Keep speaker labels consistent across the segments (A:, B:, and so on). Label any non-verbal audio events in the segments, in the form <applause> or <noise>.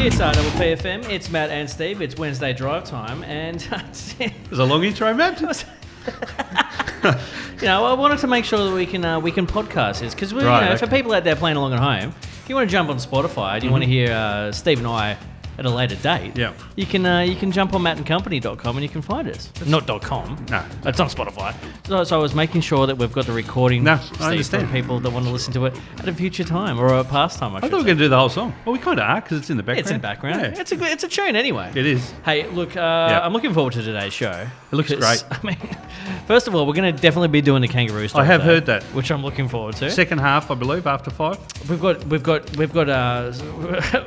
A: It's uh, RPP FM. It's Matt and Steve. It's Wednesday drive time, and <laughs> you
B: There's a long intro,
A: <laughs>
B: Matt.
A: know I wanted to make sure that we can uh, we can podcast this because we
B: Right,
A: you know
B: okay. Mm-hmm.
A: for people out there playing along at home, if you want to jump on Spotify, and you want to hear uh, Steve and I at a later date,
B: Yeah.
A: you can uh, you can jump on mattandcompany.com and you can find us. Not dot .com.
B: No.
A: it's on Spotify. So, so I was making sure that we've got the recording.
B: No, I
A: Steve,
B: understand.
A: for people that want to listen to it at a future time or a past time. I,
B: I
A: should
B: thought we were
A: say.
B: going to do the whole song. Well, we kind of are because it's in the background.
A: It's in the background.
B: Yeah.
A: It's a good- it's a tune anyway.
B: It is.
A: Hey, look, uh, I'm looking forward to today's show.
B: It looks
A: 'Cause, <laughs>
B: great.
A: I mean, first of all, we're going to definitely be doing the kangaroo story.
B: have
A: today,
B: heard that.
A: which I'm looking forward to.
B: Second half, I believe, after five.
A: we've got, we've got, we've got uh,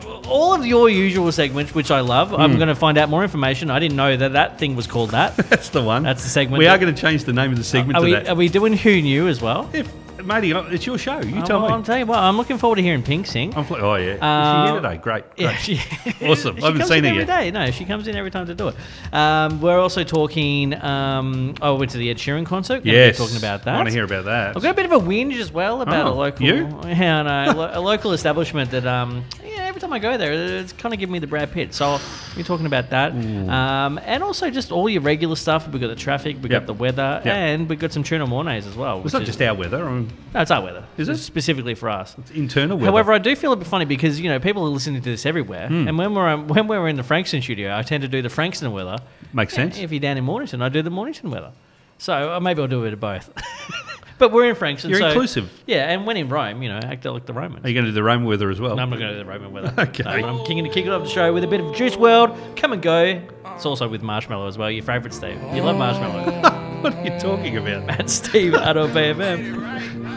A: <laughs> all of your usual segments, which I love.
B: Mm.
A: I'm going to find out more information. I didn't know that that thing was called that.
B: That's the
A: <laughs>
B: one.
A: That's the segment
B: We
A: that-
B: are going to change the name of the segment
A: are
B: to
A: we,
B: that.
A: are we doing who knew as well?
B: if, matey, I- it's your show. You
A: I'm,
B: tell
A: I'm
B: me.
A: telling you what, I'm looking forward to hearing Pink sing.
B: I'm fl- oh, yeah.
A: Uh,
B: Is she here today? Great.
A: Yeah,
B: Great.
A: she,
B: <laughs> Awesome.
A: she
B: I haven't
A: comes
B: seen
A: in
B: her
A: every
B: yet.
A: day. No, she comes in every time to do it. Um, we're also talking. Um, oh, went to the Ed Sheeran concert. Gonna be
B: Yes.
A: talking about that.
B: I want to hear about that.
A: I've got a bit of a whinge as well about a
B: Oh,
A: local,
B: you?
A: <laughs> Yeah, no, a lo- a local establishment that um, yeah, every time I go there, it's kind of giving me the Brad Pitt. So we're talking about that, um, and also just all your regular stuff. We've got the traffic, we've
B: Yep.
A: got the weather,
B: Yep.
A: and we've got some tuna mornays as well.
B: It's not just our weather. I mean,
A: no, it's our weather.
B: Is
A: It's
B: it?
A: specifically for us?
B: it's internal weather. Hmm.
A: However, I do feel a bit funny because you know people are listening to this everywhere, and when we're um, <laughs> when we're in the Frankston studio, I tend to do the Frankston weather.
B: Makes sense.
A: If you're down in Mornington, I do the Mornington weather. So uh, maybe I'll do a bit of both. <laughs> but we're in Frankston.
B: You're
A: so-
B: inclusive.
A: Yeah, and when in Rome, you know, act like the Romans.
B: Are you going to do the Rome weather as well?
A: No, I'm not going to do the Roman weather.
B: <laughs> Okay.
A: No, but I'm kicking to kick it off the show with a bit of Juice World. Come and go. It's also with Marshmallow as well. Your favourite Steve. You love Marshmallow. <laughs>
B: <laughs> what are you talking about?
A: That's Steve at BFM.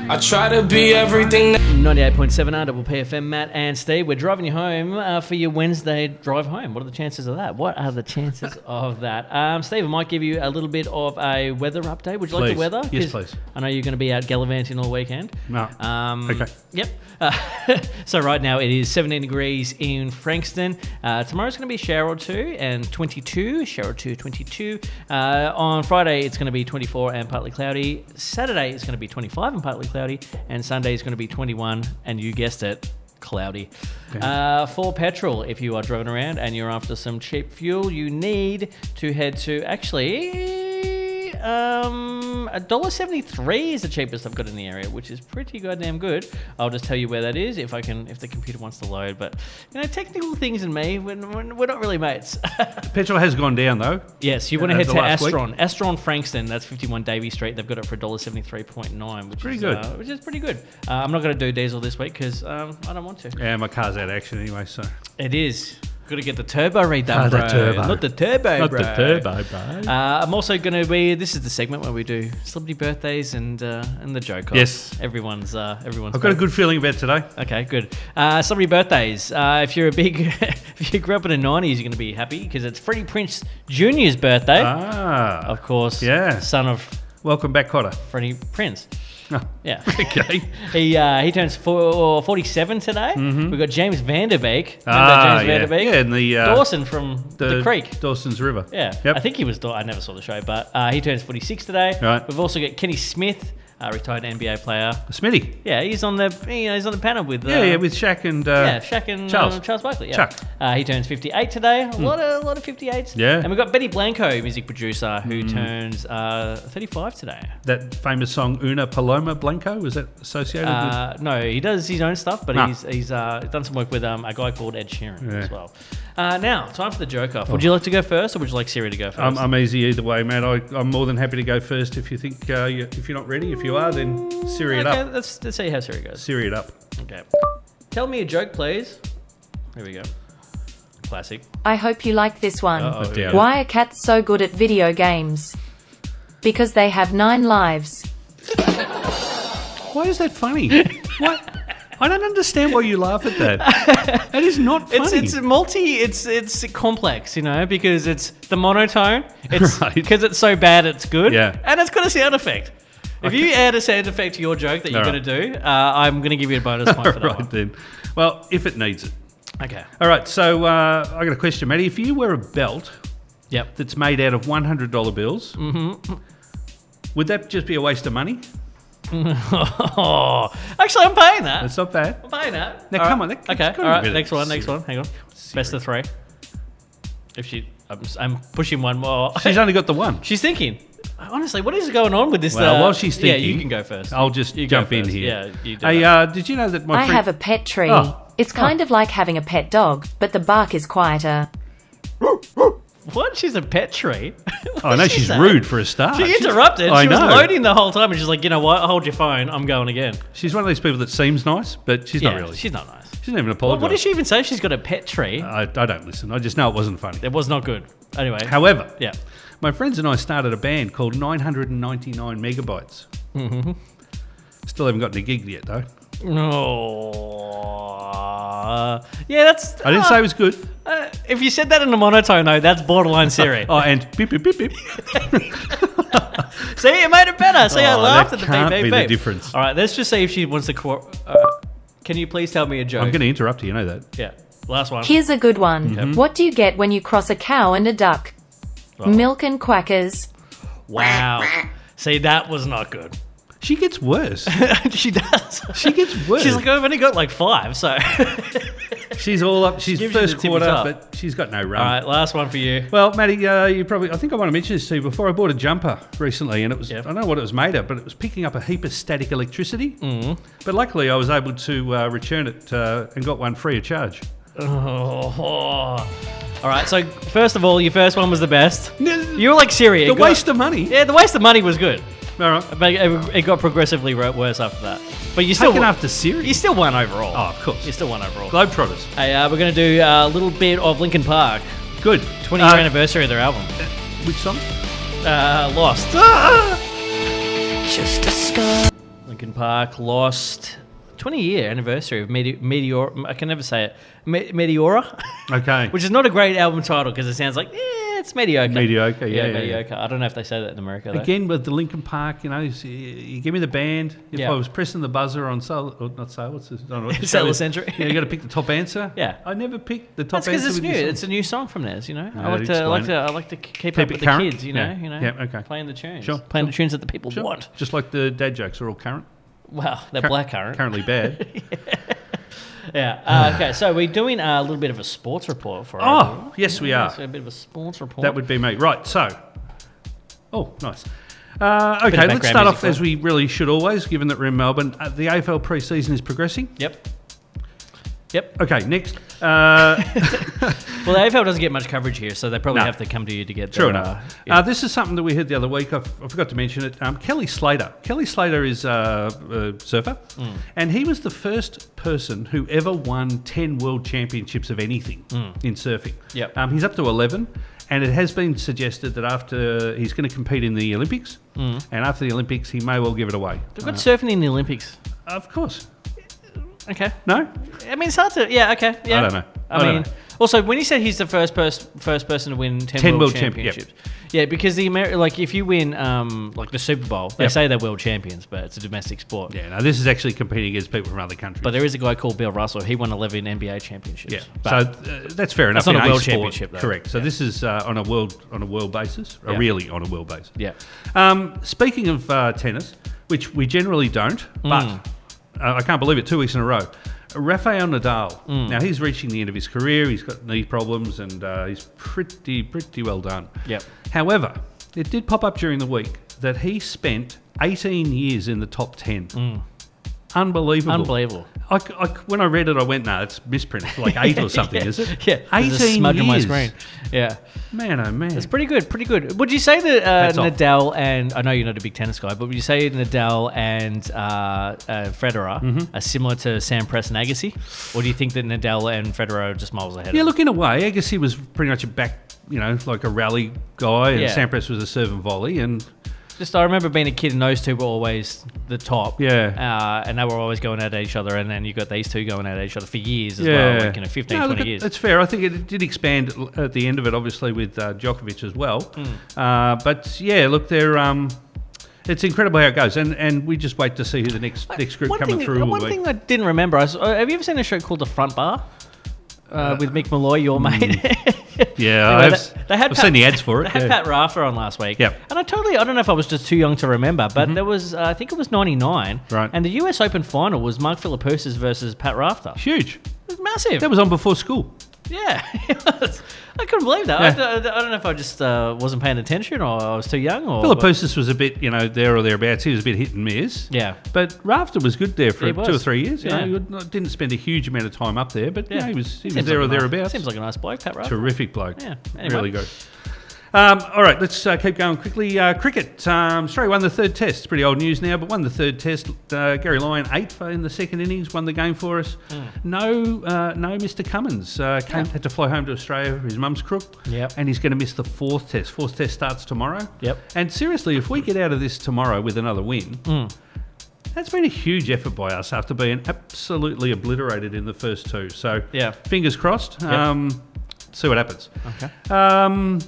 C: I try to be everything that
A: 98.7 R double PFM, Matt and Steve. We're driving you home uh, for your Wednesday drive home. What are the chances of that? What are the
B: <laughs>
A: chances of that? Um, Steve, I might give you a little bit of a weather update. Would you like the
B: Please.
A: weather?
B: Yes,
A: 'Cause
B: please.
A: I know you're going to be out gallivanting all weekend.
B: No.
A: Um,
B: Okay.
A: Yep. <laughs> Uh, so right now it is 17 degrees in Frankston. Uh, tomorrow's going to be a shower or two and 22. Shower or two, 22. Uh, on Friday it's going to be 24 and partly cloudy. Saturday it's going to be 25 and partly cloudy. And Sunday is going to be 21 and you guessed it, cloudy. Uh, for petrol, if you are driving around and you're after some cheap fuel, you need to head to actually um, $1.73 is the cheapest I've got in the area, which is pretty goddamn good. I'll just tell you where that is if I can, if the computer wants to load. But you know, technical things and me, we're, we're we're not really mates. <laughs>
B: Petrol has gone down, though.
A: yes, you want to
B: Yeah,
A: head
B: the
A: to
B: last week.
A: Astron, Astron Frankston. That's 51 Davy Street. They've got it for $1.73.9, which
B: Pretty
A: is
B: good.
A: Uh, which is pretty good. Uh, I'm not going to do diesel this week because um, I don't want to.
B: Yeah, my car's out of action anyway, so.
A: It is. Got to get the turbo redone,
B: Ah, the
A: bro.
B: turbo.
A: Not the turbo,
B: Not
A: bro.
B: the turbo, bro.
A: Uh, I'm also going to be. This is the segment where we do celebrity birthdays and uh, and the joke. off.
B: Yes.
A: everyone's uh, everyone's.
B: I've got a good feeling about today.
A: Okay, good. Uh, celebrity birthdays. Uh, if you're a big, <laughs> if you grew up in the '90s, you're going to be happy because it's Freddie Prince Jr.'s birthday.
B: Ah.
A: of course.
B: yeah.
A: Son of
B: Welcome back, Cotter.
A: Freddie Prince.
B: <laughs> Oh,
A: Yeah.
B: okay.
A: <laughs> He uh, he turns four, 47 today. We've got James Vanderbeek. Remember
B: Mm-hmm. Ah,
A: James
B: yeah.
A: Vanderbeek?
B: Yeah, and the, uh,
A: Dawson from the Creek.
B: Dawson's River.
A: Yeah,
B: Yep.
A: I think he was. I never saw the show, but uh, he turns 46 today.
B: Right.
A: We've also got Kenny Smith, uh, retired NBA player.
B: Smitty.
A: Yeah, he's on the you know, he's on the panel with uh,
B: Yeah, yeah, with Shaq and uh,
A: yeah, Shaq and Charles,
B: Charles.
A: um, Charles Barkley. Yeah.
B: Chuck. Hmm.
A: Uh, he turns 58 today. A lot of a lot of 58s.
B: Yeah. Hmm.
A: and we've got Betty Blanco, music producer, who turns uh, 35 today.
B: that famous song Una Paloma Blanco was that associated
A: Uh, no, he does his own stuff, but
B: Oh, Ah.
A: he's he's uh, done some work with um, a guy called Ed Sheeran
B: Yeah.
A: as well. Uh, now, time for the joke off. Would you like to go first, or would you like Siri to go 1st
B: with? I'm, I'm easy either way, Matt. I, I'm more than happy to go first if you think uh, you, if you're not ready. If you are, then Siri it
A: okay,
B: up.
A: let's let's see how Siri goes.
B: Siri it up.
A: Okay. Tell me a joke, please. Here we go. Classic.
D: I hope you like this one.
A: Uh-oh,
B: I
A: here we
B: doubt
A: go.
D: Why are cats so good at video games? Because they have nine lives.
B: Why is that funny? <laughs> what? I don't understand why you laugh at that. That is not
A: <laughs>
B: funny.
A: It's
B: <laughs>
A: it's multi. It's it's complex, you know, because it's the monotone. It's
B: <laughs> Right.
A: because it's so bad, it's good.
B: Yeah.
A: And it's got a sound effect. If you add a sound effect to your joke that you're
B: All
A: going to do, uh, I'm going to give you a
B: <laughs>
A: bonus point for that
B: right then. Well, if it needs it.
A: one. Okay.
B: All right. So uh, I got a question, Matty. If you were a belt
A: Yep. <laughs>
B: that's
A: Mm-hmm.
B: made out of one hundred dollar bills, would that just be a waste of money?
A: Actually, I'm paying that.
B: That's not bad.
A: <laughs> I'm paying that.
B: Now,
A: All
B: come
A: right.
B: on, that-
A: Okay.
B: it's gotta
A: All right.
B: be
A: Next one. Next
B: serious.
A: one. Hang on. Best of three. If she, I'm, I'm pushing one more.
B: She's only got the one.
A: She's thinking. Honestly, what is going on with this?
B: Well,
A: uh,
B: while she's thinking,
A: yeah, you can go first.
B: I'll just
A: You go
B: jump in
A: first.
B: here.
A: Yeah, you do
B: Hey,
A: that.
B: uh, did you know that my
D: I
B: friend,
D: have a pet tree.
B: Oh.
D: It's kind of like having a pet dog, but the bark is quieter.
A: What? She's a pet <laughs> tree.
B: Oh, I know she's rude for a start.
A: She
B: She's-
A: interrupted.
B: I
A: she was
B: know.
A: loading the whole time, and she's like, "You know what? Hold your phone. I'm going again."
B: She's one of these people that seems nice, but she's
A: Yeah,
B: not really. Uh, She
A: She's not nice.
B: doesn't even
A: What,
B: apologize.
A: what does she even say? She's got a pet tree.
B: I, I don't listen. I just know it wasn't funny.
A: it was not good. Anyway.
B: However,
A: yeah.
B: my friends and I started a band called 999 Megabytes. Mm-hmm. Still haven't gotten a gig yet, though.
A: Oh. Yeah, that's.
B: I didn't
A: uh,
B: say it was good.
A: uh, if you said that in a monotone, though, that's borderline
B: <laughs>
A: Siri.
B: Oh, and beep, beep, beep, beep.
A: See, it made it better. See, I
B: Oh,
A: laughed at
B: that
A: the
B: can't
A: beep, beep,
B: be the
A: beep.
B: difference.
A: All right, let's just see if she wants to. Co- uh, can you please tell me a joke?
B: I'm going to interrupt you, you know that.
A: Yeah, last one.
D: Here's a good one.
B: Mm-hmm.
D: What do you get when you cross a cow and a duck?
B: Oh.
D: Milk and quackers.
A: Wow. See, that was not good. <laughs>
B: She gets worse.
A: she does.
B: She gets worse.
A: She's like, I've only got like five, so. <laughs> All
B: <laughs> she's all up. She's
A: gives you
B: first
A: the tippy
B: quarter,
A: top.
B: but she's got no run.
A: right, last one for you.
B: Well, Matty, uh, you probably, I think I want to mention this to you before. I bought a jumper recently and it was,
A: Yep.
B: I don't know what it was made of, but it was picking up a heap of static electricity. Mm. But luckily I was able to uh, return it uh, and got one free of charge.
A: Oh. All right, so first of all, your first one was the best. You were like Siri. it
B: the
A: got-
B: waste of money.
A: Yeah, the waste of money was good,
B: All right.
A: but it, it got progressively ro- worse after that. But you still
B: Taken after Siri.
A: you still won overall.
B: Oh, of course.
A: you still won overall.
B: Globetrotters.
A: Hey, uh, we're gonna do uh, a little bit of Linkin Park,
B: Good. Uh,
A: 20
E: Uh.
A: year anniversary of their album,
B: Which song?
A: uh, Lost.
B: Ah!
E: <laughs> Just a scar.
A: Linkin Park lost 20 year anniversary of Meteor. Meteor I can never say it. Me- Meteora, <laughs>
B: Okay.
A: which is not a great album title because it sounds like eh, it's mediocre.
B: Mediocre, yeah, yeah, yeah.
A: mediocre. I don't know if they say that in America. Though.
B: Again with the Lincoln Park, you know, you you give me the band. If
A: Yeah.
B: I was pressing the buzzer on Sol, or not Sol, what's this? I don't know
A: <laughs>
B: what the
A: Solar
B: show is.
A: Century.
B: Yeah, you got to pick the top answer.
A: Yeah.
B: I never picked the top
A: That's
B: answer.
A: because it's
B: with
A: new.
B: this song.
A: It's a new song from theirs. You know, I
B: Yeah,
A: like to, I
B: explain
A: like
B: it.
A: to, I like to k- keep,
B: Keep
A: up
B: it
A: with the
B: current.
A: kids. You know,
B: Yeah.
A: you know,
B: Yeah, okay.
A: playing the tunes,
B: Sure,
A: playing the tunes that the people
B: Sure.
A: want.
B: Just like the dad jokes are all current.
A: Wow, they're
B: Cur-
A: black current. <laughs>
B: Currently bad.
A: Yeah. Uh, okay, so we're doing uh, a little bit of a sports report for.
B: oh, yes, we
A: everyone.
B: are.
A: So a bit of a sports report.
B: That would be me. Right, so. Oh, nice. Uh,
A: of
B: okay, let's
A: background
B: start
A: music
B: off
A: for
B: as
A: it.
B: we really should always, given that we're in Melbourne. Uh, the AFL preseason is progressing.
A: Yep. Yep.
B: Okay, next. Uh,
A: Well, the AFL doesn't get much coverage here, so they probably
B: No.
A: have to come to you to get.
B: True
A: their,
B: enough.
A: Uh, yeah.
B: uh, this is something that we heard the other week. I, f- I forgot to mention it. Um, Kelly Slater. Kelly Slater is uh, a, a surfer, and he was the first person who ever won 10 world championships of anything in surfing.
A: Yep.
B: Um, he's up to 11, and it has been suggested that after he's going to compete in the Olympics, and after the Olympics, he may well give it away.
A: They've got surfing in the Olympics.
B: Of course.
A: Okay.
B: No?
A: I mean, it's hard to. Yeah. Okay. Yeah.
B: don't know.
A: I,
B: I don't
A: mean,
B: know.
A: also when you said he's the first person first person to win ten,
B: 10
A: world,
B: world champ- yep.
A: championships. Yeah, because the Ameri- like if you win um like the Super Bowl, they
B: Yep.
A: say they're world champions, but it's a domestic sport.
B: Yeah, no, this is actually competing against people from other countries.
A: But there is a guy called Bill Russell. He won eleven NBA championships.
B: Yeah,
A: But
B: so uh, that's fair enough.
A: That's not
B: in
A: a world
B: sport.
A: championship, though.
B: correct? So this is uh, on a world on a world basis, or
A: Yeah.
B: really on a world basis.
A: yeah.
B: Um, speaking of uh, tennis, which we generally don't,
A: Mm.
B: but uh, I can't believe it. Two weeks in a row, Rafael Nadal.
A: Mm.
B: Now he's reaching the end of his career. He's got knee problems, and uh, he's pretty pretty well done.
A: Yep.
B: However, it did pop up during the week that he spent 18 years in the top 10. Unbelievable.
A: Mm. Unbelievable.
B: I, c- I c- when I read it, I went, no, it's misprinted.
A: <laughs>
B: It's like eight or something, is it?
A: Yeah, there's a
B: 18
A: smudge on my
B: years.
A: screen. Yeah,
B: Man, oh, man.
A: it's pretty good, pretty good. Would you say that uh,
B: Hats off.
A: Nadal and I know you're not a big tennis guy, but would you say Nadal and uh, uh, Federer
B: Mm-hmm.
A: are similar to Sampras and Agassi, or do you think that Nadal and Federer are just miles ahead?
B: yeah,
A: of
B: look, in a way, I guess he was pretty much a back, you know, like a rally guy, and
A: Yeah.
B: Sampras was a serve and volley. And
A: them? just I remember being a kid and those two were always the top.
B: Yeah.
A: uh, and they were always going at each other, and then you got these two going at each other for years as
B: yeah.
A: well, like you know, 15,
B: No, look,
A: 20
B: it-
A: years.
B: It's fair. I think it, it did expand l- at the end of it, obviously, with uh, Djokovic as well.
A: Hmm.
B: Uh, but yeah, look, they're. Um, it's incredible how it goes, and, and we just wait to see who the next next group
A: one
B: coming
A: thing,
B: through will
A: One
B: be.
A: thing I didn't remember, I s- uh, have you ever seen a show called The Front Bar? uh, with Mick Malloy, your
B: mm.
A: mate. <laughs>
B: Yeah,
A: Anyway,
B: I've,
A: they- they had
B: I've
A: Pat-
B: seen the ads for it.
A: They had
B: yeah.
A: Pat Rafter on last week.
B: Yep.
A: And I totally, I don't know if I was just too young to remember, but there was, uh, I think it was 99.
B: Mm-hmm. Right.
A: And the US Open final was Mark Philippoussis versus Pat Rafter. It
B: Huge.
A: was massive.
B: That was on before school.
A: <laughs> yeah. <laughs> It was. I couldn't believe that. I-
B: Yeah.
A: I, I don't know if I just uh, wasn't paying attention or I was too young or.
B: Philipposis was a bit, you know, there or thereabouts. He was a bit hit and miss.
A: Yeah.
B: But Rafter was good there for
A: He
B: two
A: was.
B: or three years. You
A: Yeah.
B: know, he would- didn't spend a huge amount of time up there, but yeah, he was, he was
A: Seems
B: there
A: like
B: or
A: a nice-
B: thereabouts.
A: Seems like a nice bloke, Pat Rafter.
B: Terrific bloke.
A: Yeah, anyway.
B: Really good. Um, all right, let's uh, keep going quickly. Uh, cricket. Um, Australia won the third test. It's pretty old news now, but won the third test. Uh, Gary Lyon, eight for in the second innings, won the game for us.
A: Hmm.
B: No uh, no, Mr. Cummins. Uh, came, Had to fly home to Australia. His mum's crook.
A: Yep.
B: And he's going to miss the fourth test. Fourth test starts tomorrow.
A: Yep. Hmm.
B: And seriously, if we get out of this tomorrow with another win, that's been a huge effort by us after being absolutely obliterated in the first two. So
A: Yeah.
B: fingers crossed. Um, see what happens. Okay. Um,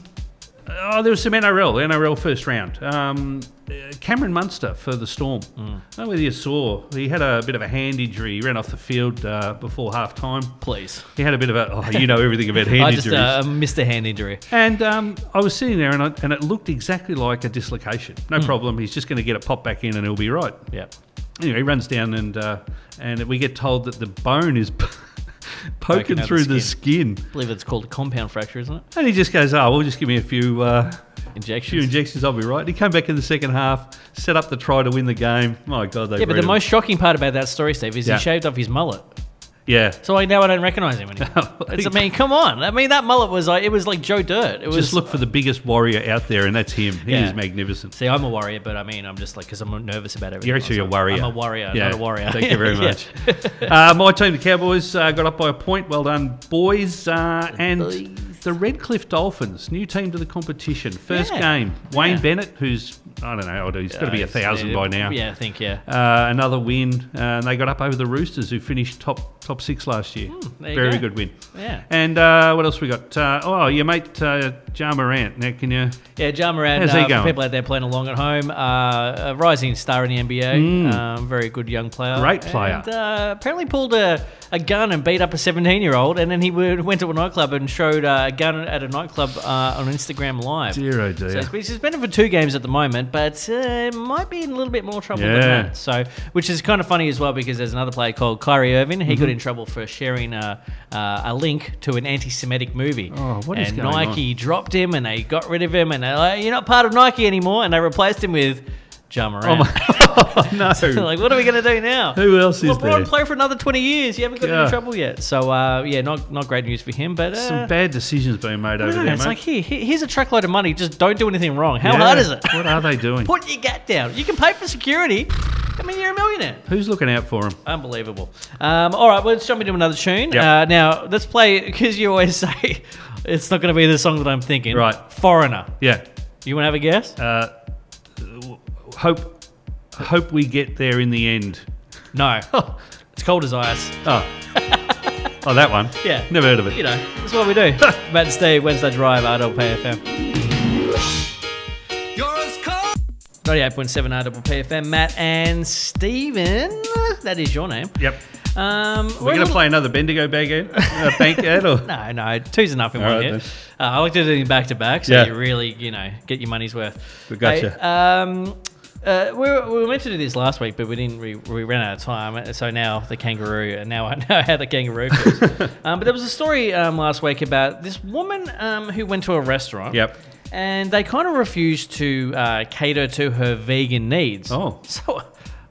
B: oh, there was some NRL, the NRL first round. Um, uh, Cameron Munster for the Storm.
A: Mm.
B: I don't know whether you saw, he had a bit of a hand injury. He ran off the field uh, before half time.
A: Please.
B: He had a bit of a, oh, you know
A: <laughs>
B: everything about hand
A: I
B: injuries.
A: just uh, missed a hand injury.
B: And um, I was sitting there, and, I, and it looked exactly like a dislocation. No
A: Mm.
B: problem. He's just going to get it popped back in, and he'll be right.
A: Yep.
B: Anyway, he runs down, and uh, and we get told that the bone is <laughs> poking
A: out the
B: through the skin.
A: I believe it's called a compound fracture, isn't it?
B: And he just goes, "Oh, well, just give me a few uh, few
A: Injections.
B: injections, I'll be right." And he came back in the second half, set up the try to win the game. My God,
A: yeah,
B: they
A: but
B: bred
A: the
B: him.
A: most shocking part about that story, Steve, is
B: Yeah.
A: he shaved off his mullet.
B: yeah,
A: So I now I don't recognize him anymore.
B: <laughs>
A: it's, I mean, come on. I mean, that mullet was like it was like Joe Dirt. It was
B: just look for the biggest warrior out there, and that's him. He
A: Yeah.
B: is magnificent.
A: See, I'm a warrior, but I mean, I'm just like because I'm nervous about everything.
B: You're actually a
A: else.
B: warrior.
A: I'm a warrior,
B: Yeah.
A: not a warrior.
B: Thank you
A: <laughs>
B: very
A: Yeah.
B: much. uh, my team, the Cowboys, uh, got up by a point. Well done, boys. Uh, and the Redcliffe Dolphins, new team to the competition. First
A: Yeah.
B: game, Wayne
A: Yeah.
B: Bennett, who's, I don't know, he's got to be a
A: Uh,
B: thousand
A: yeah,
B: by now.
A: Yeah, I think yeah.
B: Uh, another win, uh, and they got up over the Roosters, who finished top top six last year.
A: Hmm, there you
B: Very
A: go.
B: good win.
A: Yeah.
B: And uh, what else we got? Uh, oh, your mate uh, Ja Morant. Now, can you?
A: Yeah, John Moran,
B: How's he
A: uh, for
B: going?
A: people out there playing along at home, uh, a rising star in the NBA, um, very good young player.
B: Mm. Great player.
A: And, uh, apparently pulled a, a gun and beat up a 17 year old, and then he would, went to a nightclub and showed uh, a gun at a nightclub uh, on Instagram Live.
B: Dear, oh dear.
A: So he's been suspended for two games at the moment, but uh, might be in a little bit more trouble than
B: Yeah.
A: that. So, which is kind of funny as well because there's another player called Kyrie Irving. He
B: Mm-hmm.
A: got in trouble for sharing a, uh, a link to an anti-Semitic movie.
B: Oh, what is
A: and
B: going
A: Nike dropped him, and they got rid of him, and they're like, "You're not part of Nike anymore," and they replaced him with Ja Morant.
B: Oh
A: <laughs>
B: <laughs> no.
A: They're like, what are we going to do now?
B: Who else is
A: LeBron
B: there?
A: play for another 20 years. You haven't got
B: Yeah.
A: into trouble yet. So, uh, yeah, not not great news for him, but uh,
B: Some bad decisions being made over
A: no,
B: there,
A: it's
B: mate.
A: like here, here- here's a truckload of money. Just don't do anything wrong. How
B: Yeah.
A: hard is it?
B: What are they doing?
A: Put your gut down. You can pay for security. I mean, you're a millionaire.
B: Who's looking out for him?
A: Unbelievable. Um, all right, well, let's jump into another tune.
B: Yep.
A: Uh, now, let's play because you always <laughs> say it's not going to be the song that I'm thinking.
B: Right.
A: Foreigner.
B: Yeah.
A: You want to have a guess?
B: Uh, hope, hope we get there in the end. <laughs>
A: no. it's cold as ice.
B: Oh, oh, that one.
A: Yeah.
B: Never heard of it.
A: You know, that's what we
B: <laughs>
A: do. Matt and Steve, Wednesday Drive, RWPFM. FM.
C: You're as cold.
A: 98.7 RWPFM, Matt and Steven. That is your name.
B: Yep.
A: Um, we're
B: We're
A: a
B: gonna
A: little-
B: play another Bendigo bag
A: <laughs>
B: ad, uh, bank ad, or <laughs>
A: No, no, two's enough in
B: All
A: one
B: right,
A: hit.
B: then.
A: Uh, I like to do them back to back, so
B: Yeah.
A: you really, you know, get your money's worth.
B: We gotcha.
A: Hey, um, uh, we, were, we were meant to do this last week, but we didn't. We, we ran out of time, so now the kangaroo. And now <laughs> I know how the kangaroo feels.
B: <laughs>
A: um, but there was a story um, last week about this woman um, who went to a restaurant.
B: Yep.
A: And they kind of refused to uh, cater to her vegan needs.
B: Oh.
A: <laughs> So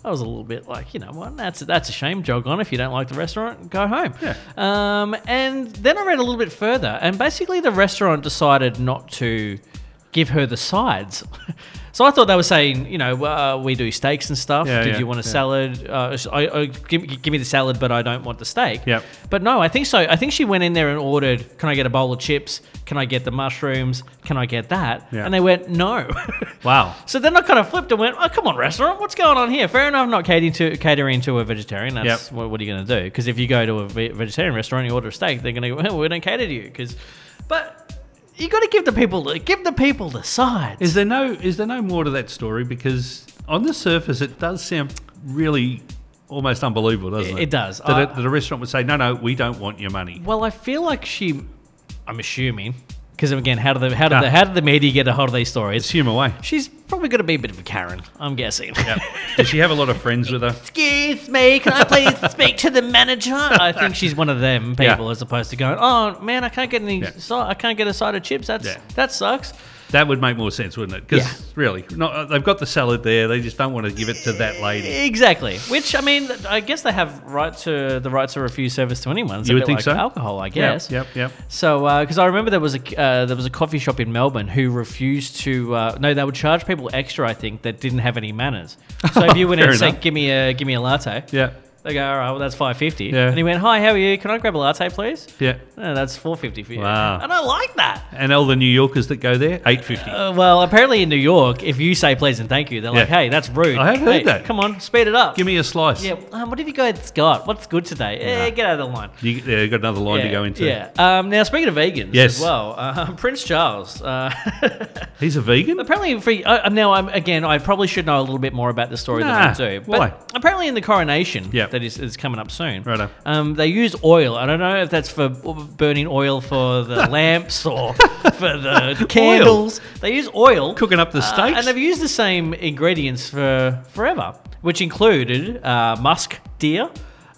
A: I was a little bit like, you know what, that's that's a shame. Jog on if you don't like the restaurant, go home.
B: Yeah.
A: Um, and then I read a little bit further, and basically the restaurant decided not to give her the sides. <laughs> so I thought they were saying, you know, uh, we do steaks and stuff.
B: Yeah,
A: Did
B: yeah,
A: you want a
B: yeah.
A: salad? Uh, I, I, give, give me the salad, but I don't want the steak.
B: Yep.
A: But no, I think so. I think she went in there and ordered, can I get a bowl of chips? Can I get the mushrooms? Can I get that?
B: Yeah.
A: And they went, no. <laughs>
B: wow.
A: So then I kind of flipped and went, "Oh, come on, restaurant, what's going on here?" Fair enough, I'm not catering to catering to a vegetarian. That's
B: Yep.
A: what, what are you going to do? Because if you go to a ve- vegetarian restaurant, and you order a steak, they're going to go, well, "We don't cater to you." Because, but you got to give the people the- give the people the sides.
B: Is there no is there no more to that story? Because on the surface, it does sound really almost unbelievable, doesn't
A: It-
B: it?
A: it does.
B: That, a,
A: I-
B: that a restaurant would say, no, no, we don't want your money.
A: Well, I feel like she. I'm assuming because again, how do the how do
B: Ah.
A: the how do the media get a hold of these stories? <laughs>
B: Assume away.
A: She's probably going to be a bit of a Karen. I'm guessing.
B: Does she have a lot of friends with
A: <laughs>
B: her?
A: Excuse me, can I <laughs> please speak to the manager? I think she's one of them
B: Yeah.
A: people, as opposed to going, "Oh man, I can't get any,
B: Yeah.
A: si- I can't get a side of chips. That's
B: Yeah.
A: that sucks."
B: That would make more sense, wouldn't it? Because
A: Yeah.
B: really, not, uh, they've got the salad there. They just don't want to give it to that lady.
A: Exactly. Which I mean, I guess they have right to the right to refuse service to anyone. It's a
B: You would
A: bit
B: think
A: like
B: so.
A: Alcohol, I guess.
B: Yep, yep.
A: So, because I remember there was a uh, there was a coffee shop in Melbourne who refused to uh, no, they would charge people extra. I think that didn't have any manners. So if you <laughs> went in
B: Fair
A: and said,
B: enough.
A: "Give me a give me a latte,"
B: Yeah,
A: they go, "All right, well that's five fifty.
B: Yeah.
A: And he went, "Hi, how are you? Can I grab a latte, please?"
B: yeah.
A: No, that's four fifty for you.
B: Wow.
A: And I like that.
B: And all the New Yorkers that go there, eight fifty.
A: Uh, well, apparently in New York, if you say please and thank you, they're like,
B: Yeah.
A: "Hey, that's rude."
B: I have heard
A: Hey,
B: that.
A: Come on, speed it up.
B: Give me a slice.
A: Yeah, um, what have you guys got? What's good today? Eh, get out of the line.
B: You, yeah, you've got another line
A: yeah,
B: to go into.
A: Yeah. Um, now, speaking of vegans
B: Yes.
A: as well, uh, <laughs> Prince Charles. Uh,
B: He's a vegan.
A: apparently, for, uh, now, I'm, again, I probably should know a little bit more about the story
B: Nah,
A: than I do.
B: why?
A: But apparently, in the coronation
B: Yeah.
A: that is, is coming up soon,
B: Righto.
A: um, they use oil. I don't know if that's for burning oil for
B: <laughs>
A: the lamps or for the candles. They use oil.
B: Cooking up the
A: Uh,
B: steaks?
A: and they've used the same ingredients for forever, which included uh, musk deer,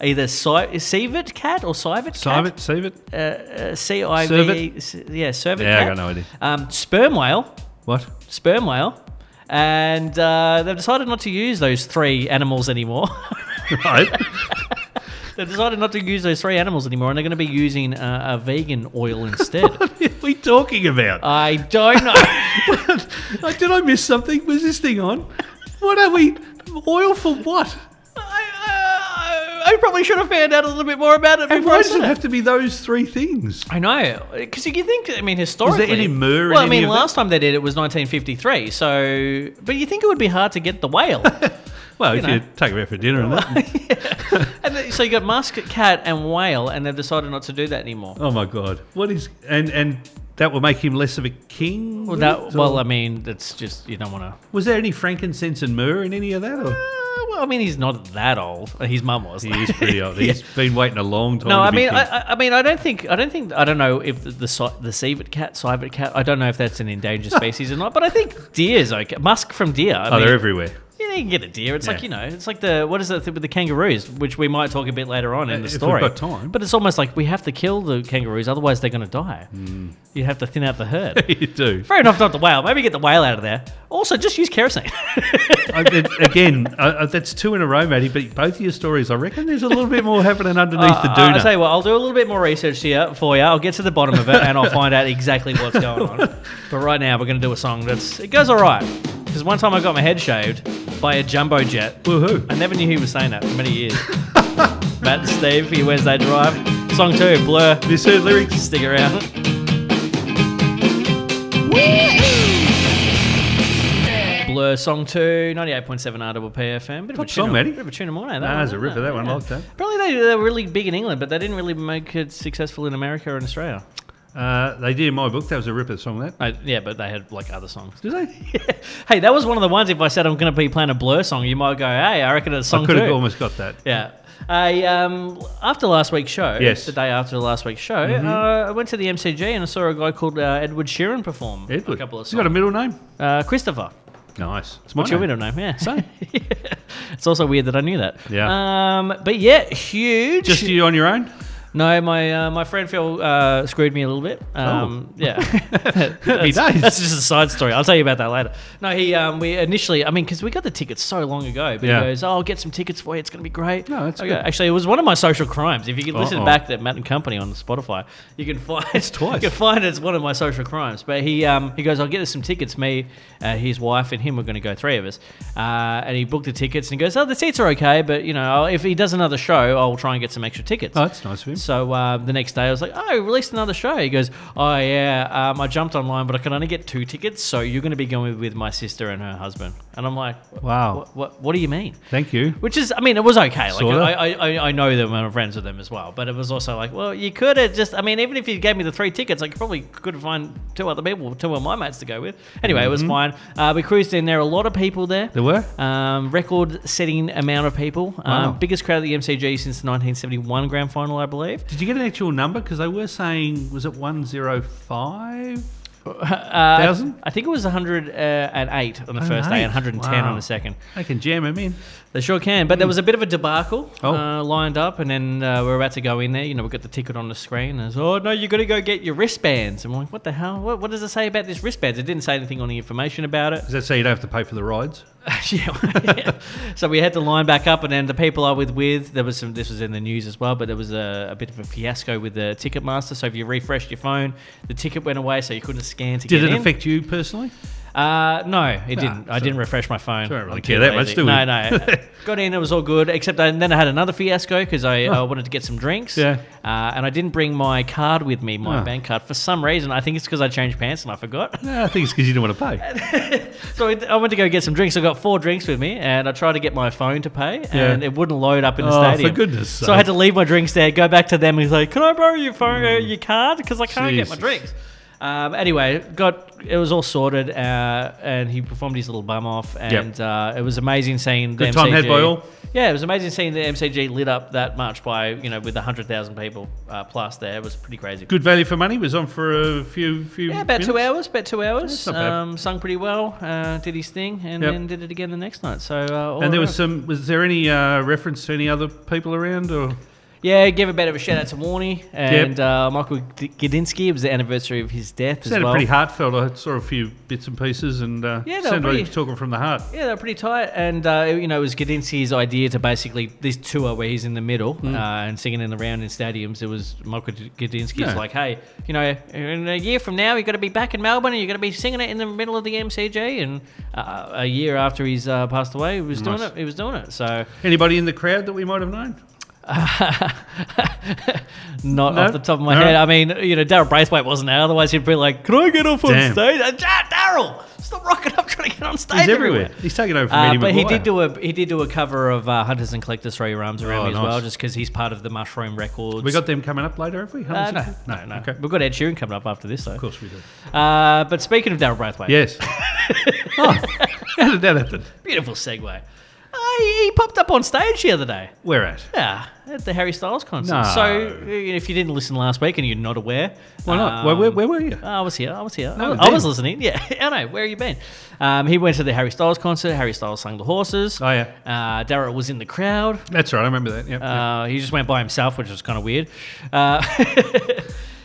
A: either si- civet cat or civet
B: Save it,
A: cat,
B: save it.
A: uh, C I V E,
B: Civet?
A: s- yeah, civet
B: Yeah, I
A: cat.
B: got no idea.
A: Um, sperm whale,
B: What?
A: sperm whale, and uh, they've decided not to use those three animals anymore. <laughs>
B: Right. <laughs>
A: they've decided not to use those three animals anymore, and they're going to be using uh, a vegan oil instead. <laughs>
B: what are we talking about?
A: I don't know.
B: Like, did I miss something? Was this thing on? What are we? Oil for what?
A: I, uh, I probably should have found out a little bit more about it
B: And
A: before I
B: why does
A: said
B: it
A: it.
B: have to be those three things?
A: I know, because you can think. I mean, historically,
B: any myrrh in
A: Well, I
B: any
A: mean,
B: of it?
A: last time they did it was 1953. So, but you think it would be hard to get the <laughs> whale?
B: Well, if
A: know.
B: you take them out for dinner
A: <laughs>
B: and that.
A: and then- so you got musk, cat, and whale, and they've decided not to do that anymore.
B: Oh my God! What is and and that will make him less of a king?
A: Well,
B: would
A: that,
B: it?
A: well,
B: Or-
A: I mean, it's just you don't want to.
B: was there any frankincense and myrrh in any of that? Or?
A: Ah, well, I mean, he's not that old. <laughs> His mum was.
B: He is
A: <laughs>
B: pretty old. He's been waiting a long time.
A: No,
B: to
A: I
B: be
A: mean,
B: king.
A: I, I- I mean, I don't think, I don't think, I don't know if the the, si- the civet cat, civet cat, I don't know if that's an <laughs> endangered species or not, but I think deer's okay. Musk from deer. I
B: oh,
A: mean,
B: they're everywhere. <laughs>
A: Yeah, you can get a deer. It's like
B: Yeah.
A: you know, it's like the what is that thing with the kangaroos, which we might talk a bit later on in the
B: Uh, If we've
A: story.
B: got time.
A: But it's almost like we have to kill the kangaroos, otherwise they're going to die.
B: Hmm.
A: You have to thin out the herd. <laughs>
B: you do.
A: Fair enough, not the whale. Maybe get the whale out of there. Also, just use kerosene. <laughs>
B: I, it- again, I, I, that's two in a row, Matty. But both of your stories, I reckon there's a little bit more happening underneath the
A: Uh, I- I'll
B: doona.
A: tell you what, I'll do a little bit more research here for you. I'll get to the bottom of it and I'll find out exactly what's going on. But right now, we're going to do a song that's it goes all right because one time I got my head shaved by a jumbo jet.
B: Woohoo!
A: I never knew he was saying that for many years. Matt and Steve for your Wednesday Drive. Song 2, Blur.
B: This is lyrics.
A: Stick around. Blur Song 2, 98.7 RPPFM. Bit of
B: Good
A: a tune
B: song, Matty.
A: Bit of a tune of mine. eh,
B: Nah, it's a ripper, that one. I like that.
A: Apparently they, they were really big in England, but they didn't really make it successful in America or in Australia.
B: Uh, they did in my book. That was a ripper song. That
A: I, Uh, yeah, but they had like other songs.
B: did they?
A: <laughs> hey, that was one of the ones. If I said I'm going to be playing a Blur song, you might go, "Hey, I reckon it's song
B: I could have
A: two."
B: almost got that.
A: Yeah. I um after last week's show,
B: Yes. Mm-hmm.
A: the day after last week's show, uh, I went to the MCG and I saw a guy called uh, Edward Sheeran perform a
B: Edward.
A: couple of
B: you got a
A: songs.
B: middle name?
A: Uh, Christopher,
B: Nice. It's
A: what's your middle name? Yeah,
B: Same.
A: <laughs> it's also weird that I knew that.
B: Yeah.
A: Um, but yeah, huge.
B: Just you on your own?
A: no, my uh, my friend Phil uh, screwed me a little bit.
B: Oh.
A: Um,
B: <laughs>
A: Yeah.
B: Happy days.
A: That's just a side story. I'll tell you about that later. No, he um, we initially, I mean, because we got the tickets so long ago, but
B: Yeah.
A: he goes, "Oh, I'll get some tickets for you. It's going to be great."
B: No, that's
A: I
B: good.
A: Actually, it was one of my social crimes. If you could listen
B: Uh-oh.
A: back to Matt and Company on Spotify, you can find <laughs> it's
B: twice.
A: You can find it's one of my social crimes. But he um, he goes, "I'll get us some tickets." Me, uh, his wife, and him. We're going to go three of us. Uh, and he booked the tickets and he goes, "Oh, the seats are okay, but you know, I'll- if he does another show, I'll try and get some extra tickets."
B: Oh, that's nice of him.
A: So um, the next day, I was like, "Oh, released another show." He goes, "Oh yeah, um, I jumped online, but I can only get two tickets. So you're going to be going with my sister and her husband." And I'm like,
B: Wow.
A: What, what, what do you mean?"
B: Thank you.
A: Which is, I mean, it was okay. Like,
B: Sorta.
A: I, I, I, I know them and I'm friends with them as well. But it was also like, well, you could have just, I mean, even if you gave me the three tickets, I could probably could find two other people, two of my mates to go with. Anyway, it was fine. Uh, we cruised in there. A lot of people there.
B: Mm-hmm. There were?
A: Um, record setting amount of people.
B: Wow.
A: Um, biggest crowd at the MCG since the 1971 grand final, I believe.
B: Did you get an actual number? Because they were saying, was it 105?
A: Uh,
B: Thousand? Oh,
A: I think it was 108 on the first day and 110
B: Wow.
A: on the second.
B: They can jam them in.
A: They sure can, but there was a bit of a debacle
B: Oh.
A: uh, lined up, and then uh, we are about to go in there. You know, we got the ticket on the screen, and it's, oh no, you got to go get your wristbands. I'm like, what the hell? What, what does it say about this wristbands? It didn't say anything on the information about
B: <laughs>
A: it. <laughs>
B: Does that say you don't have to pay for the rides?
A: yeah, yeah. So we had to line back up, and then the people I was with, there was some. This was in the news as well, but there was a, a bit of a fiasco with the Ticketmaster. So if you refreshed your phone, the ticket went away, so you couldn't scan to
B: Did
A: get
B: it
A: in.
B: affect you personally?
A: Uh, no,
B: Ah,
A: it didn't. I
B: so-
A: didn't refresh my phone.
B: don't really
A: I'm
B: care
A: too
B: that much,
A: lazy.
B: do we?
A: No, no.
B: <laughs>
A: Got in, it was all good. Except I, then I had another fiasco because I, I wanted to get some drinks.
B: Oh. Yeah.
A: Uh, and I didn't bring my card with me, my
B: Oh.
A: bank card. For some reason, I think it's because I changed pants and I forgot. <laughs>
B: No, I think it's because you didn't want to pay.
A: so I, I went to go get some drinks. I got four drinks with me, and I tried to get my phone to pay, and it wouldn't load up in the
B: Oh, for
A: stadium.
B: goodness
A: So
B: sake. Mm.
A: I had to leave my drinks there, go back to them, and he's like, "Can I borrow your phone, uh, your card? Because I can't get
B: Jesus.
A: my drinks." Um, anyway, got it was all sorted, uh, and he performed his little bum off, and uh, it was amazing seeing the
B: Good time
A: MCG.
B: had by all.
A: Yeah, it was amazing seeing the MCG lit up that much by you know with hundred thousand people uh, plus there. It was pretty crazy.
B: Good value for money was on for a few few.
A: Yeah, about two
B: minutes.
A: hours. About two hours.
B: not bad.
A: Um, sung pretty well. Uh, did his thing, and
B: Yep.
A: then did it again the next night. So uh, all
B: And there was
A: around.
B: some. Was there any uh, reference to any other people around? Or
A: yeah. Give a bit of a shout out to Warney and uh, Michael G- Gadinsky. It was the anniversary of his death as
B: sounded
A: well.
B: pretty heartfelt. I saw a few bits and pieces, and uh,
A: Yeah, they were
B: sounded like he
A: pretty-
B: was talking from the heart.
A: Yeah, they're pretty tight, and uh, you know it was Gadinsky's idea to basically this tour where he's in the middle
B: Mm.
A: uh, and singing in the round in stadiums. It was Michael Gadinsky's
B: Yeah.
A: like, hey, you know, in a year from now you're going to be back in Melbourne and you're going to be singing it in the middle of the MCG. And uh, a year after he's uh, passed away, he was doing
B: Nice.
A: it. He was doing it. So
B: Anybody in the crowd that we might have known?
A: <laughs> not
B: No?
A: off the top of my
B: No.
A: head. I mean, you know, Daryl Braithwaite wasn't there. Otherwise, he'd be like, "Can I get off on
B: Damn.
A: stage?" Uh, Ja- Daryl, stop rocking up trying to get on stage
B: He's everywhere. He's taken over from
A: Uh,
B: Eddie
A: but he
B: McGuire.
A: did do a he did do a cover of uh, Hunters and Collectors Throw Your Arms Around
B: Oh,
A: Me as
B: nice.
A: well, just because he's part of the Mushroom Records.
B: We got them coming up later, have we?
A: uh,
B: Hundreds
A: no,
B: of-
A: no, no.
B: Okay.
A: We've got Ed Sheeran coming up after this, though.
B: Of course we do.
A: Uh, but speaking of Daryl Braithwaite, <laughs>
B: Yes. oh, how did that happen?
A: beautiful segue. Uh, he, he popped up on stage the other day.
B: Where at?
A: Yeah, at the Harry Styles concert.
B: No.
A: So uh, if you didn't listen last week and you're not aware,
B: Why not? where, where,
A: um,
B: where were you?
A: I was here. I was here.
B: No,
A: I, I was
B: then.
A: listening. <laughs> Yeah, I know. Where you been? Um, he went to the Harry Styles concert. Harry Styles sang the horses.
B: Oh, yeah.
A: Uh, Daryl was in the crowd.
B: That's right. I remember that. Yeah.
A: Uh, he just went by himself, which was kind of weird. Uh, <laughs>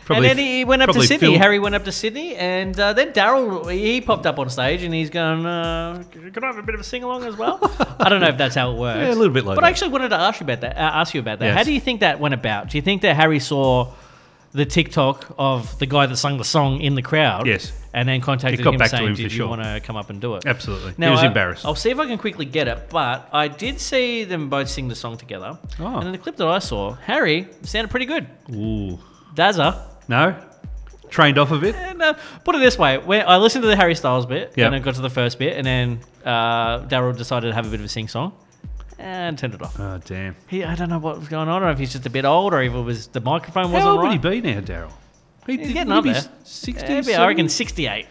B: Probably-
A: and then he went up to
B: probably
A: Sydney.
B: filmed-
A: Harry went up to Sydney, and uh, then Daryl he popped up on stage and he's going, uh, "Can I have a bit of a sing along as
B: <laughs>
A: well?" I don't know if that's how it works.
B: Yeah, a little bit like
A: But I
B: that.
A: actually wanted to ask you about that. Uh, ask you about that.
B: Yes.
A: How do you think that went about? Do you think that Harry saw the TikTok of the guy that sung the song in the crowd?
B: Yes.
A: and then contacted
B: It got
A: him
B: back to
A: saying,
B: him for
A: "Did you
B: sure.
A: want to come up and do it?"
B: Absolutely. he was
A: I-
B: embarrassed.
A: uh, I'll see if I can quickly get it, but I did see them both sing the song together.
B: Oh.
A: And in the clip that I saw, Harry sounded pretty good.
B: Ooh.
A: Dazza.
B: No? Trained off of it?
A: And, uh, put it this way: when I listened to the Harry Styles bit,
B: Yeah.
A: and I got to the first bit, and then uh, Daryl decided to have a bit of a sing song, and turned it off.
B: Oh, damn.
A: He, I don't know what was going on. I don't know if he's just a bit old, or if it was the microphone wasn't
B: How old
A: right.
B: would he be now, Daryl? He,
A: He's
B: did-
A: getting
B: would
A: up
B: he be
A: there.
B: 60,
A: Yeah, but I reckon
B: 70?
A: sixty-eight.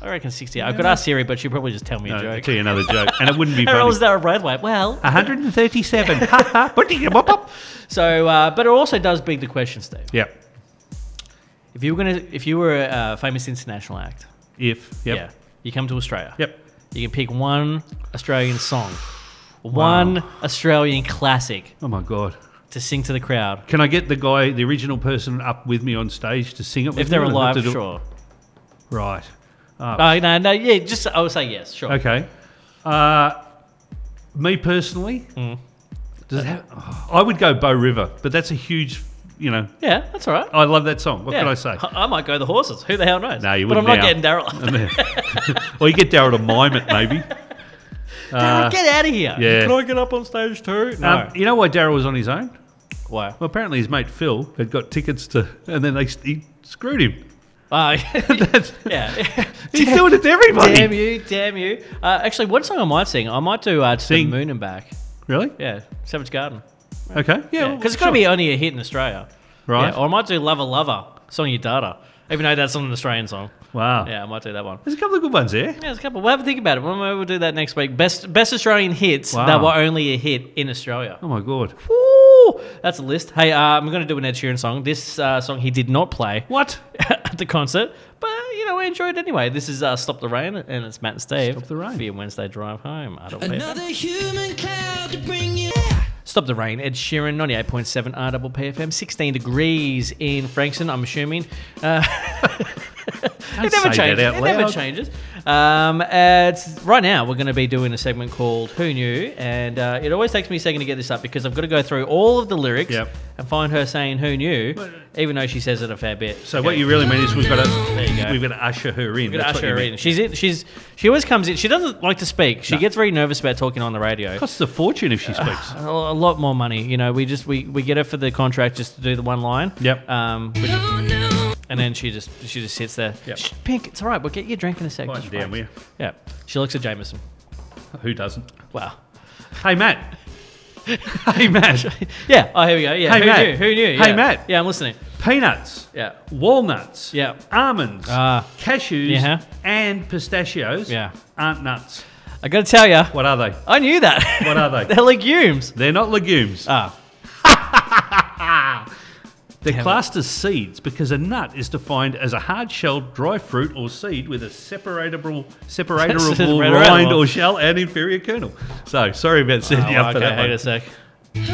A: I reckon sixty-eight. I could ask Siri, but she'd probably just tell me
B: No,
A: a
B: I'll
A: joke. <laughs>
B: tell you another joke. And it wouldn't be
A: How old is
B: funny. Ah.
A: Daryl Braithwaite? Well,
B: 137. Ha ha. Ba-dee-ga-bop-bop.
A: so uh, but it also does beg the question, Steve.
B: Yep.
A: If you were gonna, if you were a uh, famous international act,
B: If. Yep.
A: yeah, you come to Australia.
B: Yep.
A: You can pick one Australian song, one Australian classic
B: Oh, my God.
A: to sing to the crowd
B: Can I get the guy, the original person, up with me on stage to sing it with
A: if they're
B: me? I'd have
A: alive.
B: to do-
A: Sure.
B: Right.
A: Oh no, no, yeah. Just I would say yes. Sure.
B: Okay. Uh, me personally,
A: Hmm.
B: does it have, oh, I would go Bow River, but that's a huge, you know,
A: Yeah, that's all right.
B: I love that song. Oh, What
A: yeah.
B: can I say? <laughs>
A: I might go the horses. Who the hell knows?
B: No, you
A: But I'm not
B: wouldn't now.
A: getting Daryl.
B: <laughs>
A: up there.
B: Or you get Daryl to mime it, maybe.
A: <laughs> Daryl, get out of here.
B: uh, yeah.
A: Can I get up on stage too? No.
B: Um, you know why Daryl was on his own?
A: Wow.
B: Well, apparently his mate Phil had got tickets to, and then they he screwed him. <laughs>
A: Uh, <laughs>
B: That's, <laughs>
A: yeah. <laughs>
B: he's doing it to everybody.
A: damn you, damn you. Uh, actually, one song I might sing, I might do uh, To the
B: Sing.
A: Moon and Back.
B: Really?
A: Yeah, Savage Garden.
B: Okay. Yeah.
A: Yeah,
B: well,
A: because it's going to be only a hit in Australia.
B: Right.
A: Yeah, or I might do Lover Lover, Song Your Data, even though that's not an Australian song.
B: wow.
A: Yeah, I might do that one.
B: There's a couple of good ones there.
A: Yeah, there's a couple. We'll have a think about it. We'll, we'll do that next week. Best best Australian hits
B: Wow.
A: that were only a hit in Australia.
B: Oh my god.
A: Woo! That's a list. Hey, uh, I'm going to do an Ed Sheeran song. This uh, song he did not play
B: What?
A: <laughs> at the concert, but you know, I enjoyed it anyway. This is uh, Stop the Rain, and it's Matt and Steve.
B: Stop the Rain.
A: For your Wednesday drive home. I don't pay.
E: Another human cloud to bring you.
A: Stop the rain, Ed Sheeran, 98.7 RPPFM, 16 degrees in Frankston, I'm assuming. Uh, <laughs> it never
B: say that
A: changes.
B: out
A: it never
B: loud.
A: changes. Um, uh, it's- right now, we're going to be doing a segment called Who Knew? And uh, it always takes me a second to get this up because I've got to go through all of the lyrics
B: Yep.
A: and find her saying Who Knew, even though she says it a fair bit.
B: So what you really mean is we've got
A: you go.
B: to we've got to usher her in.
A: We're gonna
B: That's what
A: usher
B: you
A: her
B: mean.
A: in. She's in. She's she always comes in. She doesn't like to speak. She
B: No.
A: gets very nervous about talking on the radio.
B: Costs a fortune
A: <laughs>
B: if she speaks.
A: a a lot more money. You know, we just we, we get her for the contract just to do the one line.
B: Yep.
A: Um, which- and then she just she just sits there.
B: Yep.
A: "Shh, Pink, it's all right. We'll get you a drink in a sec.
B: Fine,
A: Just
B: damn,
A: relax."
B: will
A: Yeah. She looks at Jameson.
B: you? Who doesn't?
A: Wow. <laughs>
B: Hey Matt. hey Matt.
A: <laughs> Yeah. Oh, here we go. Yeah.
B: Hey,
A: Who
B: Matt.
A: knew? Who knew?
B: Hey,
A: Yeah.
B: Matt.
A: Yeah, I'm listening.
B: Peanuts.
A: Yeah.
B: Walnuts.
A: Yeah.
B: Almonds.
A: Ah.
B: cashews.
A: Yeah.
B: And pistachios.
A: Yeah.
B: Aren't nuts.
A: I got to tell you,
B: What are they?
A: I knew that.
B: What are they?
A: <laughs> They're legumes.
B: They're not legumes.
A: Ah.
B: They're
A: Damn it.
B: classed as seeds because a nut is defined as a hard-shelled dry fruit or seed with a separatable,
A: <laughs>
B: separatable
A: Separatable.
B: rind or shell and inferior kernel. So sorry about setting
A: Oh,
B: you up for
A: okay,
B: that
A: hang
B: one.
A: a sec.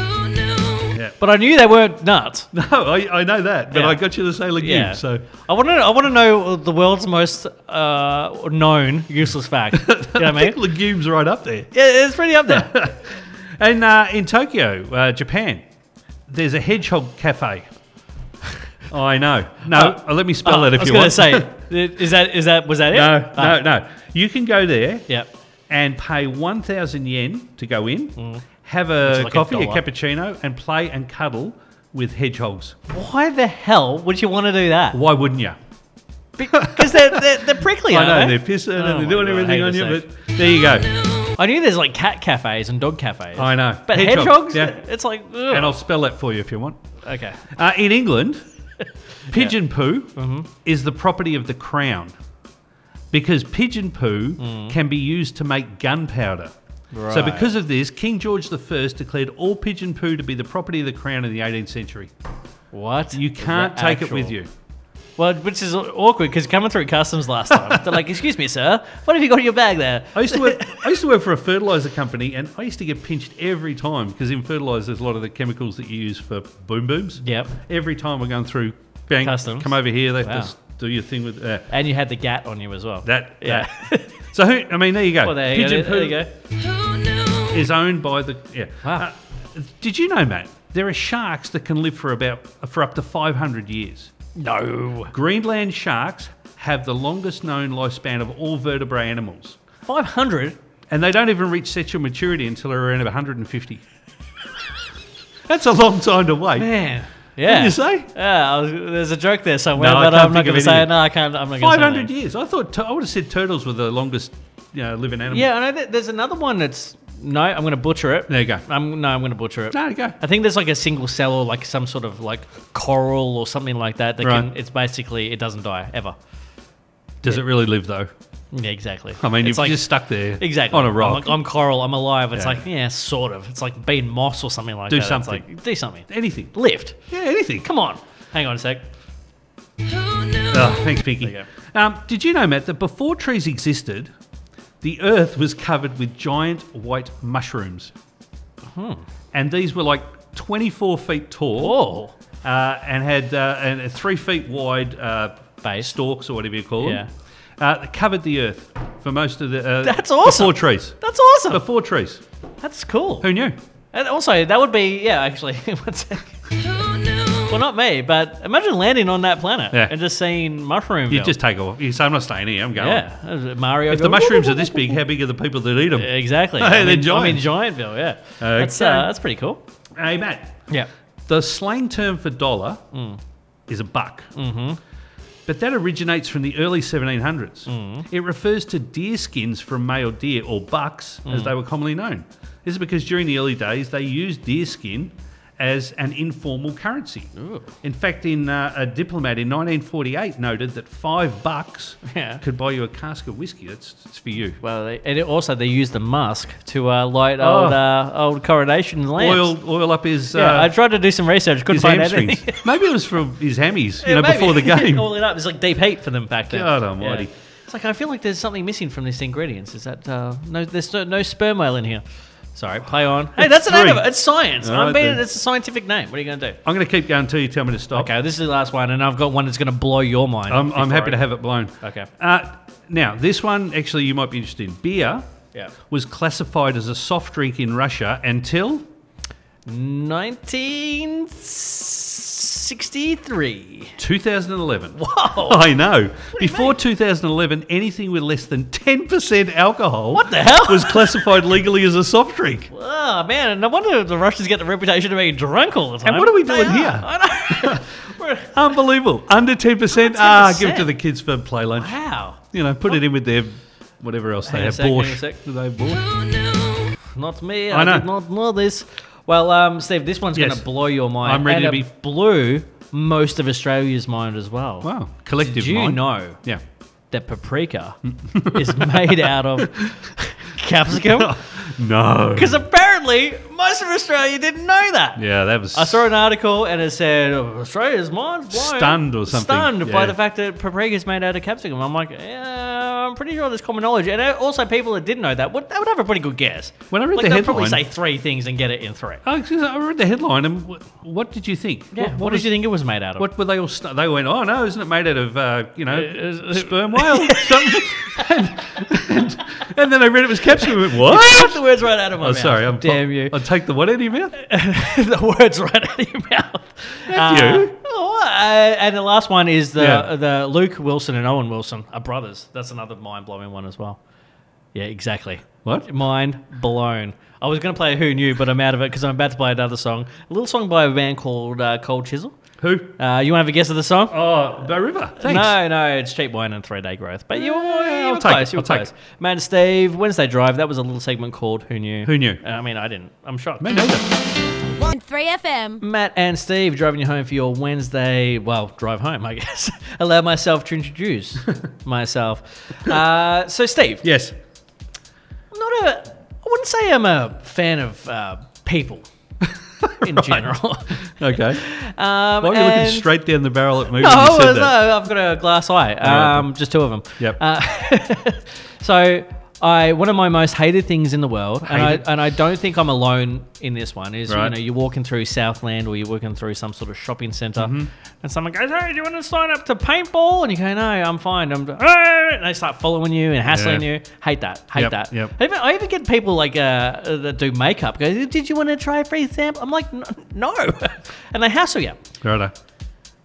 B: Yeah.
A: But I knew they weren't
B: <laughs>
A: nuts.
B: No, I, I know that, but
A: Yeah.
B: I got you to say
A: <laughs>
B: legumes.
A: Yeah.
B: So <laughs>
A: I want to. I want to know the world's most uh, known useless fact.
B: <laughs>
A: You know what I
B: I
A: mean?
B: think legumes right up there. <laughs>
A: Yeah, it's pretty up there.
B: And uh, in Tokyo, uh, Japan, there's a hedgehog
A: <laughs>
B: cafe. I know. No,
A: Uh,
B: uh, let me spell it if
A: I was
B: you
A: gonna
B: want. <laughs>
A: say, i- is that is that was that it?
B: no,
A: Ah,
B: no, no. You can go there
A: Yeah.
B: and pay 1,000 yen to go in, have
A: Which
B: a
A: is Mm. like a
B: coffee, a
A: dollar.
B: cappuccino, and play and cuddle with hedgehogs.
A: Why the hell would you want to do that?
B: Why wouldn't you?
A: Because they're, they're they're prickly.
B: <laughs> I
A: aren't
B: know,
A: they?
B: they're pissing
A: Oh
B: and
A: my
B: they're doing
A: God,
B: everything
A: hang
B: on
A: a
B: you,
A: sec.
B: but there you go.
A: I knew there's like cat cafes and dog cafes.
B: I know.
A: But
B: Hedgehog,
A: hedgehogs,
B: yeah.
A: it's like ugh.
B: And I'll spell that for you if you want.
A: okay.
B: Uh,
A: <laughs>
B: in England, pigeon poo
A: Mm-hmm.
B: is the property of the crown because pigeon poo can be used to make gunpowder. So,
A: Mm. Right.
B: because of this, King George I declared all pigeon poo to be the property of the crown in the 18th century.
A: What
B: You
A: is
B: can't
A: that
B: take it
A: actual-
B: with you.
A: Well, which is awkward because coming through customs last time, they're like, "Excuse me, sir, what have you got in your bag there?"
B: I used to work. I used to work for a fertilizer company, and I used to get pinched every time because in fertilizer, there's a lot of the chemicals that you use for boom booms.
A: Yep.
B: Every time we're going through, bang,
A: Customs.
B: come over here, they
A: Wow.
B: just do your thing with uh,
A: And you had the gat on you as well.
B: that.
A: yeah.
B: that. <laughs> So who? I mean, there you
A: <laughs>
B: go.
A: well, there you, go.
B: Pigeon
A: there you
B: poo
A: go.
B: is owned by the. Yeah.
A: Wow.
B: Uh, did you know, Matt? There are sharks that can live for about for up to 500 years.
A: No,
B: Greenland sharks have the longest known lifespan of all vertebrate animals,
A: five hundred.
B: and they don't even reach sexual maturity until they're around 150. That's a long time to wait.
A: Man. Yeah.
B: Did you say?
A: Yeah, I was, there's a joke there somewhere,
B: No, I
A: but
B: can't
A: I'm not
B: think of
A: going to say
B: any.
A: it. No, I can't. I'm not going to say
B: 500
A: that.
B: years. I thought tu- I would have said turtles were the longest you know, living animal.
A: Yeah, I know that there's another one that's. No, I'm going to butcher it.
B: There you go.
A: I'm, no, I'm going to butcher it.
B: No, go.
A: I think there's like a single cell or like some sort of like coral or something like that that can.
B: Right.
A: It's basically it doesn't die ever.
B: Does it really live though?
A: Yeah, exactly.
B: I mean,
A: it's
B: you're
A: like,
B: just stuck there
A: exactly
B: on a rock.
A: I'm, like, I'm coral. I'm alive. It's
B: Yeah.
A: like yeah, sort of. It's like being moss or something like
B: Do
A: that. It's
B: something.
A: like, do something.
B: anything.
A: Lift.
B: Yeah, anything.
A: Come on. Hang on a sec.
B: Oh, thanks, Pinky.
A: There
B: Um, did you know, Matt, that before trees existed, the earth was covered with giant white mushrooms.
A: Hmm.
B: And these were like 24 feet tall
A: Oh,
B: uh, and had uh, and three feet wide uh,
A: Base.
B: stalks or whatever you call
A: Yeah.
B: them. Uh, that covered the earth for most of the. Uh,
A: That's awesome.
B: Before trees.
A: that's awesome.
B: Before trees.
A: that's cool.
B: Who knew?
A: And also, that would be yeah. Actually, <laughs> one sec. Well, not me, but imagine landing on that planet
B: Yeah.
A: and just seeing mushroom.
B: You
A: film.
B: just take off. You say, I'm not staying here. I'm going.
A: yeah, Mario.
B: If the mushrooms are this big, how big are the people that eat them?
A: exactly.
B: <laughs> Hey,
A: I
B: they're
A: mean, I'm in
B: giant.
A: Giantville. Yeah, that's uh,
B: Okay.
A: that's pretty cool.
B: Hey, Matt.
A: Yeah.
B: The slang term for dollar is a buck. Mm-hmm. But that originates from the early 1700s.
A: Mm.
B: It refers to deer skins from male deer, or bucks
A: Mm.
B: as they were commonly known. This is because during the early days, they used deer skin as an informal currency. In fact, in uh, a diplomat in 1948 noted that five bucks
A: Yeah.
B: could buy you a cask of whiskey. That's, that's for you.
A: Well, they, and it also they used the musk to uh, light
B: Oh.
A: old uh, old coronation lamps.
B: Oil, oil up his,
A: Yeah, I
B: uh,
A: tried to do some research, couldn't
B: his
A: find
B: hamstrings.
A: <laughs> anything.
B: maybe it was from his hammies, you
A: Yeah,
B: know,
A: maybe. <laughs>
B: before the game.
A: All it up. It's like deep heat for them back then.
B: God almighty.
A: It's like I feel like there's something missing from this ingredients. Is that uh, no? There's no, no sperm whale in here. Sorry, play on. Hey, that's the name of
B: three.
A: it. It's science.
B: All
A: I'm
B: right
A: being
B: then.
A: it's a scientific name. What are you going to do?
B: I'm going to keep going until you tell me to stop.
A: Okay, this is the last one, and I've got one that's going to blow your mind.
B: I'm, I'm
A: before
B: happy
A: I-
B: to have it blown.
A: Okay.
B: Uh, now, this one, actually, you might be interested in. Beer
A: Yeah.
B: was classified as a soft drink in Russia until
A: 1963.
B: 2011. Wow. <laughs> I know. Before 2011, anything with less than 10% alcohol
A: What the hell?
B: was classified legally as a soft drink.
A: Oh man, and no wonder the Russians get the reputation of being drunk all the time.
B: what are we
A: They
B: doing
A: are.
B: here?
A: I know. <laughs> We're-
B: Unbelievable. Under 10%. Ah, give it
A: 10%.
B: to the kids for play lunch.
A: wow.
B: You know, put it in with their whatever else they
A: Hang a
B: have.
A: sec, hang a
B: Borscht.
A: sec.
B: Do they have borscht?
A: Not me. I,
B: I know.
A: did not know this. Well, um, Steve, this one's
B: Yes.
A: going to blow your mind.
B: I'm ready
A: and
B: to
A: it
B: be-
A: blew most of Australia's mind as well.
B: Wow. Collective
A: Did you
B: mind.
A: know <laughs>
B: Yeah.
A: that paprika <laughs> is made out of
B: <laughs>
A: capsicum?
B: No.
A: Because apparently most of Australia didn't know that.
B: Yeah, that was.
A: I saw an article and it said "Oh, Australia's mind's blown.
B: Stunned or something.
A: Stunned by
B: Yeah.
A: the fact that paprika is made out of capsicum. I'm like, yeah, I'm pretty sure there's common knowledge. And uh, also, people that didn't know that would, they would have a pretty good guess.
B: When I read
A: like,
B: the
A: they'll probably say
B: headline-
A: three things and get it in three.
B: Oh, excuse me, I read the headline, and what, what did you think?
A: Yeah. What,
B: was-
A: did you think it was made out of?
B: What were they all? St- they went, oh no, isn't it made out of uh, you know sperm whale?
A: <laughs>
B: Something- and, and- and then I read it was capsule. I
A: <laughs>
B: went,
A: You
B: what?
A: took the words right out of my
B: Oh,
A: mouth.
B: sorry, I'm
A: damn you.
B: I'll take the what out of your
A: <laughs>
B: mouth.
A: the words right out of your mouth.
B: you.
A: oh, uh, and the last one is the
B: Yeah.
A: the Luke Wilson and Owen Wilson are brothers. That's another mind blowing one as well. Yeah, exactly.
B: What?
A: Mind blown. I was going to play Who Knew, but I'm out of it because I'm about to play another song. A little song by a band called uh, Cold Chisel.
B: Who?
A: Uh, you want to have a guess of the song?
B: Oh, Bow River. Thanks.
A: No, no, it's cheap wine and three day growth. But you, were- you
B: I'll
A: were
B: take
A: close.
B: it,
A: You were
B: I'll take
A: close. Man, Steve, Wednesday Drive. That was a little segment called Who Knew.
B: Who Knew?
A: Uh, I mean, I didn't. I'm shocked.
B: Me neither.
F: One three FM.
A: Matt and Steve driving you home for your Wednesday, well, drive home, I guess. <laughs> Allow myself to
B: <laughs>
A: introduce myself. Uh, so, Steve,
B: Yes.
A: I'm not a, I wouldn't say I'm a fan of uh, people in general.
B: Okay.
A: <laughs> Um,
B: Why were you
A: and-
B: looking straight down the
A: <laughs>
B: barrel at
A: No,
B: me when you
A: Oh, well,
B: said that?
A: no, I've got a glass eye.
B: right.
A: Um, just two of them.
B: Yep.
A: Uh, <laughs> so, I one of my most hated things in the world, and I,
B: Hated.
A: and I don't think I'm alone in this one. Is you
B: Right.
A: know you're walking through Southland or you're walking through some sort of shopping center,
B: Mm-hmm.
A: and someone goes, "Hey, do you want to sign up to paintball?" And you go, "No, I'm fine." I'm, "Hey," and they start following you and hassling
B: Yeah.
A: you. Hate that. Hate
B: Yep,
A: that.
B: yep.
A: I even, I even get people like uh, that do makeup. Go, "Did you want to try a free sample?" I'm like, "N- "No," <laughs> and they hassle you.
B: Righto.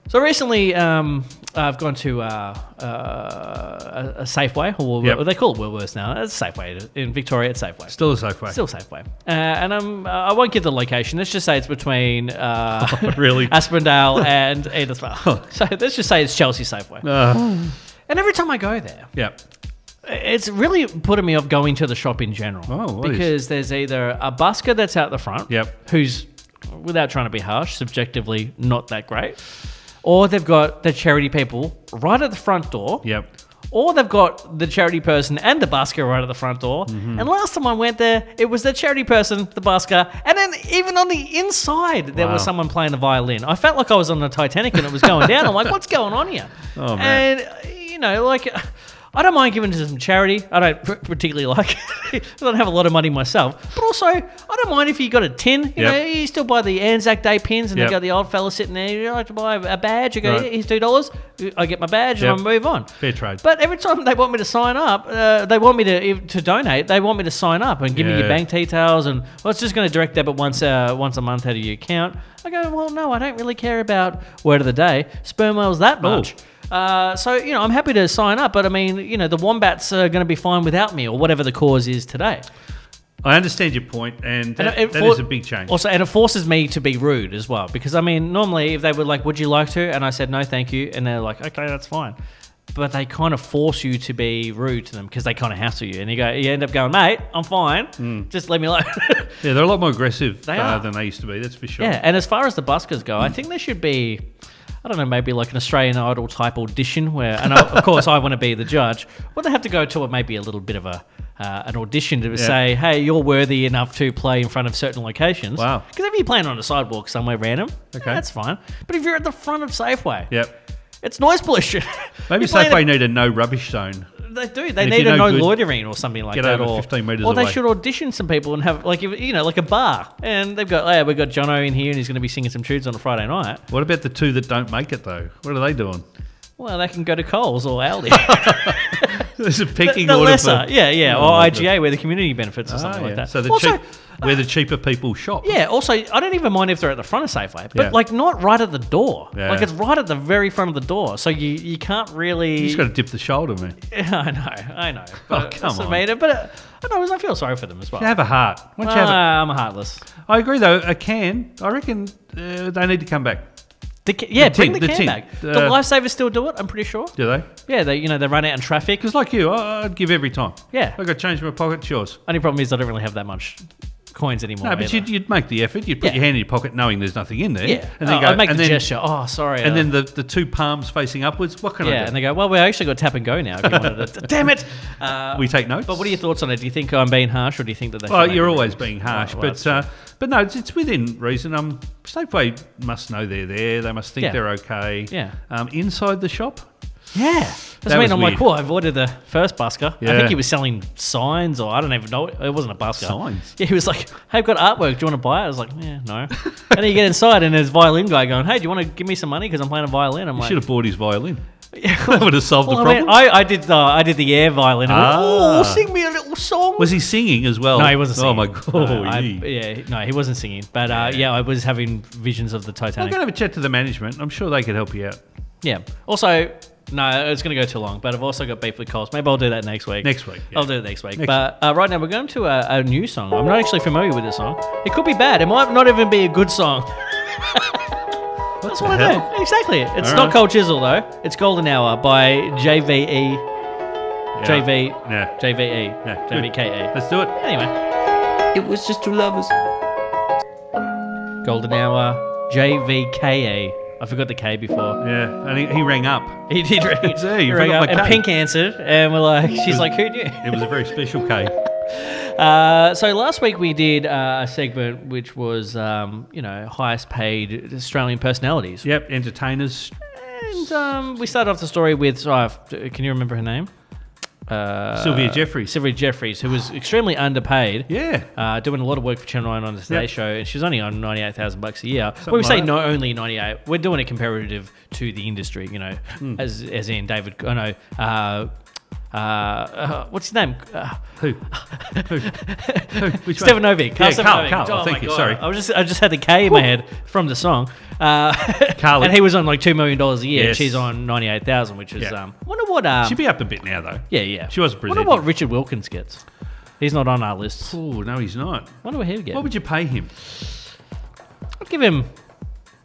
A: So recently, um, I've gone to uh, uh, a a Safeway, or
B: Yep.
A: they call it Woolworths now. It's Safeway in Victoria. It's Safeway.
B: Still a safe way.
A: Still Safeway. Uh, and I'm, uh, I won't give the location. Let's just say it's between uh,
B: <laughs> really?
A: Aspendale and Edithvale. so let's just say it's Chelsea Safeway.
B: Uh,
A: And every time I go there,
B: yeah.
A: it's really putting me off going to the shop in general.
B: Oh, what is-
A: because there's either a busker that's out the front,
B: Yep.
A: who's, without trying to be harsh, subjectively not that great, or they've got the charity people right at the front door,
B: Yep.
A: or they've got the charity person and the busker right at the front door.
B: Mm-hmm.
A: And last time I went there, it was the charity person, the busker, and then even on the inside, there was
B: Wow.
A: someone playing the violin. I felt like I was on the Titanic and it was going down. I'm like, what's going on here?
B: <laughs> Oh, man.
A: And, uh, you know, like. I don't mind giving to some charity. I don't p- particularly like. <laughs> It. I don't have a lot of money myself, but also I don't mind if you got a tin. You
B: Yep.
A: know, you still buy the Anzac Day pins, and
B: Yep.
A: they got the old fella sitting there. You like to buy a badge? You go,
B: Right.
A: "Yeah, here's two dollars. I get my badge,
B: Yep.
A: and I move on.
B: Fair trade.
A: But every time they want me to sign up, uh, they want me to to donate. They want me to sign up and give me your
B: Yeah.
A: bank details, and well, it's just going to direct debit once uh, once a month out of your account. I go, well, no, I don't really care about word of the day, sperm whales that much. Uh, so you know, I'm happy to sign up, but I mean, you know, the wombats are going to be fine without me, or whatever the cause is today.
B: I understand your point, and that,
A: it
B: that
A: for-
B: is a big change.
A: Also, and it forces me to be rude as well because I mean, normally if they were like, "Would you like to?" and I said, "No, thank you," and they're like, "Okay, that's fine," but they kind of force you to be rude to them because they kind of hassle you, and you go, you end up going, "Mate, I'm fine.
B: Mm.
A: Just let me alone." <laughs>
B: yeah, they're a lot more aggressive
A: They
B: uh,
A: are.
B: than they used to be. That's for sure.
A: yeah. And as far as the buskers go, I think there should be. I don't know, maybe like an Australian Idol type audition where, and I, of course, I want to be the judge. Well, they have to go to a, maybe a little bit of a uh, an audition to say, "Hey, you're worthy enough to play in front of certain locations."
B: Wow.
A: Because if you're playing on a sidewalk somewhere random,
B: Okay.
A: that's fine. But if you're at the front of Safeway,
B: Yep.
A: it's noise pollution. <laughs>
B: Maybe
A: You're playing
B: Safeway need a no rubbish zone.
A: they do. They
B: if
A: need
B: you're
A: a
B: no
A: no
B: good,
A: loitering or something like
B: get
A: that.
B: over
A: or
B: 15 metres
A: or they
B: away.
A: should audition some people and have like if, you know like a bar, and they've got oh, we've got Jono in here and he's going to be singing some tunes on a Friday night.
B: What about the two that don't make it though? What are they doing? <laughs>
A: Well, they can go to Coles or Aldi,
B: There's a
A: the,
B: pecking
A: the
B: order.
A: lesser,
B: for,
A: yeah, yeah,
B: Oh,
A: or
B: lovely.
A: IGA where the community benefits or
B: Ah,
A: something
B: yeah.
A: like that.
B: So the
A: also,
B: cheap, where the cheaper people shop.
A: yeah, also I don't even mind if they're at the front of Safeway, but
B: Yeah.
A: like not right at the door.
B: Yeah.
A: Like it's right at the very front of the door, so you you can't really.
B: You just got to dip the shoulder, man.
A: <laughs> I know, I know.
B: Oh,
A: But,
B: come
A: that's what I
B: on.
A: mean, but uh, I know I feel sorry for them as well.
B: Have a heart. Why don't you have a-
A: Ah, I'm heartless.
B: I agree though. A can. I reckon uh, they need to come back.
A: The ca- yeah,
B: The
A: bring the
B: tin- the
A: can
B: tin.
A: back. The
B: Uh,
A: lifesavers still do it. I'm pretty sure.
B: Do they?
A: Yeah, they you know they run out in traffic.
B: Because like you, I, I'd give every time.
A: Yeah.
B: I got change in my pocket. It's yours.
A: Only problem is I don't really have that much coins anymore.
B: No, but
A: either.
B: you'd, you'd make the effort. You'd put
A: Yeah.
B: your hand in your pocket, knowing there's nothing in there.
A: yeah,
B: And then
A: oh,
B: go.
A: I make
B: and
A: the
B: then,
A: gesture. Oh, sorry.
B: And
A: uh,
B: then the, the two palms facing upwards. What can
A: yeah,
B: I
A: and
B: do?
A: they go, well, we actually got tap and go now. If you wanted to. <laughs> Damn it! Uh,
B: we take notes.
A: but what are your thoughts on it? Do you think I'm being harsh, or do you think that they?
B: Well,
A: should
B: you're
A: maybe-
B: always being harsh,
A: Well, well,
B: but uh, but no, it's, it's within reason. Um, Safeway must know they're there. They must think
A: Yeah.
B: they're okay.
A: Yeah.
B: Um, inside the shop,
A: Yeah. That's
B: That
A: mean
B: was
A: I'm like,
B: weird.
A: cool, I avoided the first busker. I
B: Yeah.
A: think he was selling signs or I don't even know. It wasn't a busker.
B: Signs?
A: Yeah, he was like, hey, I've got artwork. Do you want to buy it? I was like, yeah, no. and then you get inside and there's violin guy going, hey, do you want to give me some money because I'm playing a violin? I'm
B: you
A: like,
B: should have bought his violin.
A: <laughs>
B: that would have solved
A: well,
B: the
A: I, mean,
B: problem.
A: I, I did the I did the air violin. I went,
B: Ah.
A: oh, sing me a little song.
B: was he singing as well?
A: no, he wasn't singing.
B: Oh my god!
A: No, I-
B: yeah.
A: yeah, no, he wasn't singing. But uh, yeah, I was having visions of the
B: I'm
A: Titanic.
B: going to have a chat to the management. I'm sure they could help you out.
A: Yeah. Also, no, it's going to go too long, but I've also got beef with Coles. Maybe I'll do that next week.
B: Next week, yeah.
A: I'll do it next week.
B: Next
A: but uh, right now, we're going to a, a new song. I'm not actually familiar with this song. It could be bad. It might not even be a good song. <laughs> That's
B: the
A: what I
B: hell?
A: do. Exactly. It's
B: All
A: not
B: right.
A: Cold Chisel, though. It's Golden Hour by E. JVE.
B: Yeah.
A: JV.
B: Yeah.
A: JVE.
B: Yeah, good.
A: JVKE.
B: Let's do it.
A: E. Anyway,
E: It was just two lovers.
A: Golden Hour, JVKE. E. I forgot the K before.
B: Yeah. And he, he rang up.
A: He did ring.
B: Gee, you
A: ring
B: forgot
A: up, and
B: my K.
A: Pink answered, and we're like, she's like, who
B: <laughs>
A: knew?
B: It was a very special cake.
A: Uh, so last week we did uh, a segment which was, um, you know, highest paid Australian personalities.
B: Yep. Entertainers.
A: And um, we started off the story with, so I've- can you remember her name? Uh,
B: Sylvia Jeffries.
A: Sylvia Jeffries, who was extremely underpaid.
B: Yeah.
A: Uh, doing a lot of work for Channel 9 on the Today
B: Yep.
A: Show, and she's only on 98,000 bucks a year.
B: Something
A: when we say
B: like that.
A: not only 98, we're doing a comparative to the industry, you know,
B: Hmm.
A: as, as in David, oh no, uh, uh, uh, what's his name? Uh, <laughs>
B: Who? Who? Who? Which one?
A: Stephen Novik. Carl
B: Yeah,
A: Stephen
B: Carl,
A: Novik. Oh,
B: Carl. Oh,
A: my
B: Thank you.
A: God.
B: Sorry.
A: I was just I just had the K in my head from the song. Uh,
B: Carly.
A: and he was on like two million dollars a year.
B: Oh, Yes.
A: She's on ninety eight thousand, which is
B: Yeah.
A: um wonder what um
B: She'd be up a bit now, though.
A: yeah yeah
B: She was
A: wonder
B: presenting.
A: what Richard Wilkins gets. He's not on our list.
B: Oh, no, he's not.
A: Wonder what he would get.
B: What would you pay him?
A: I'd give him.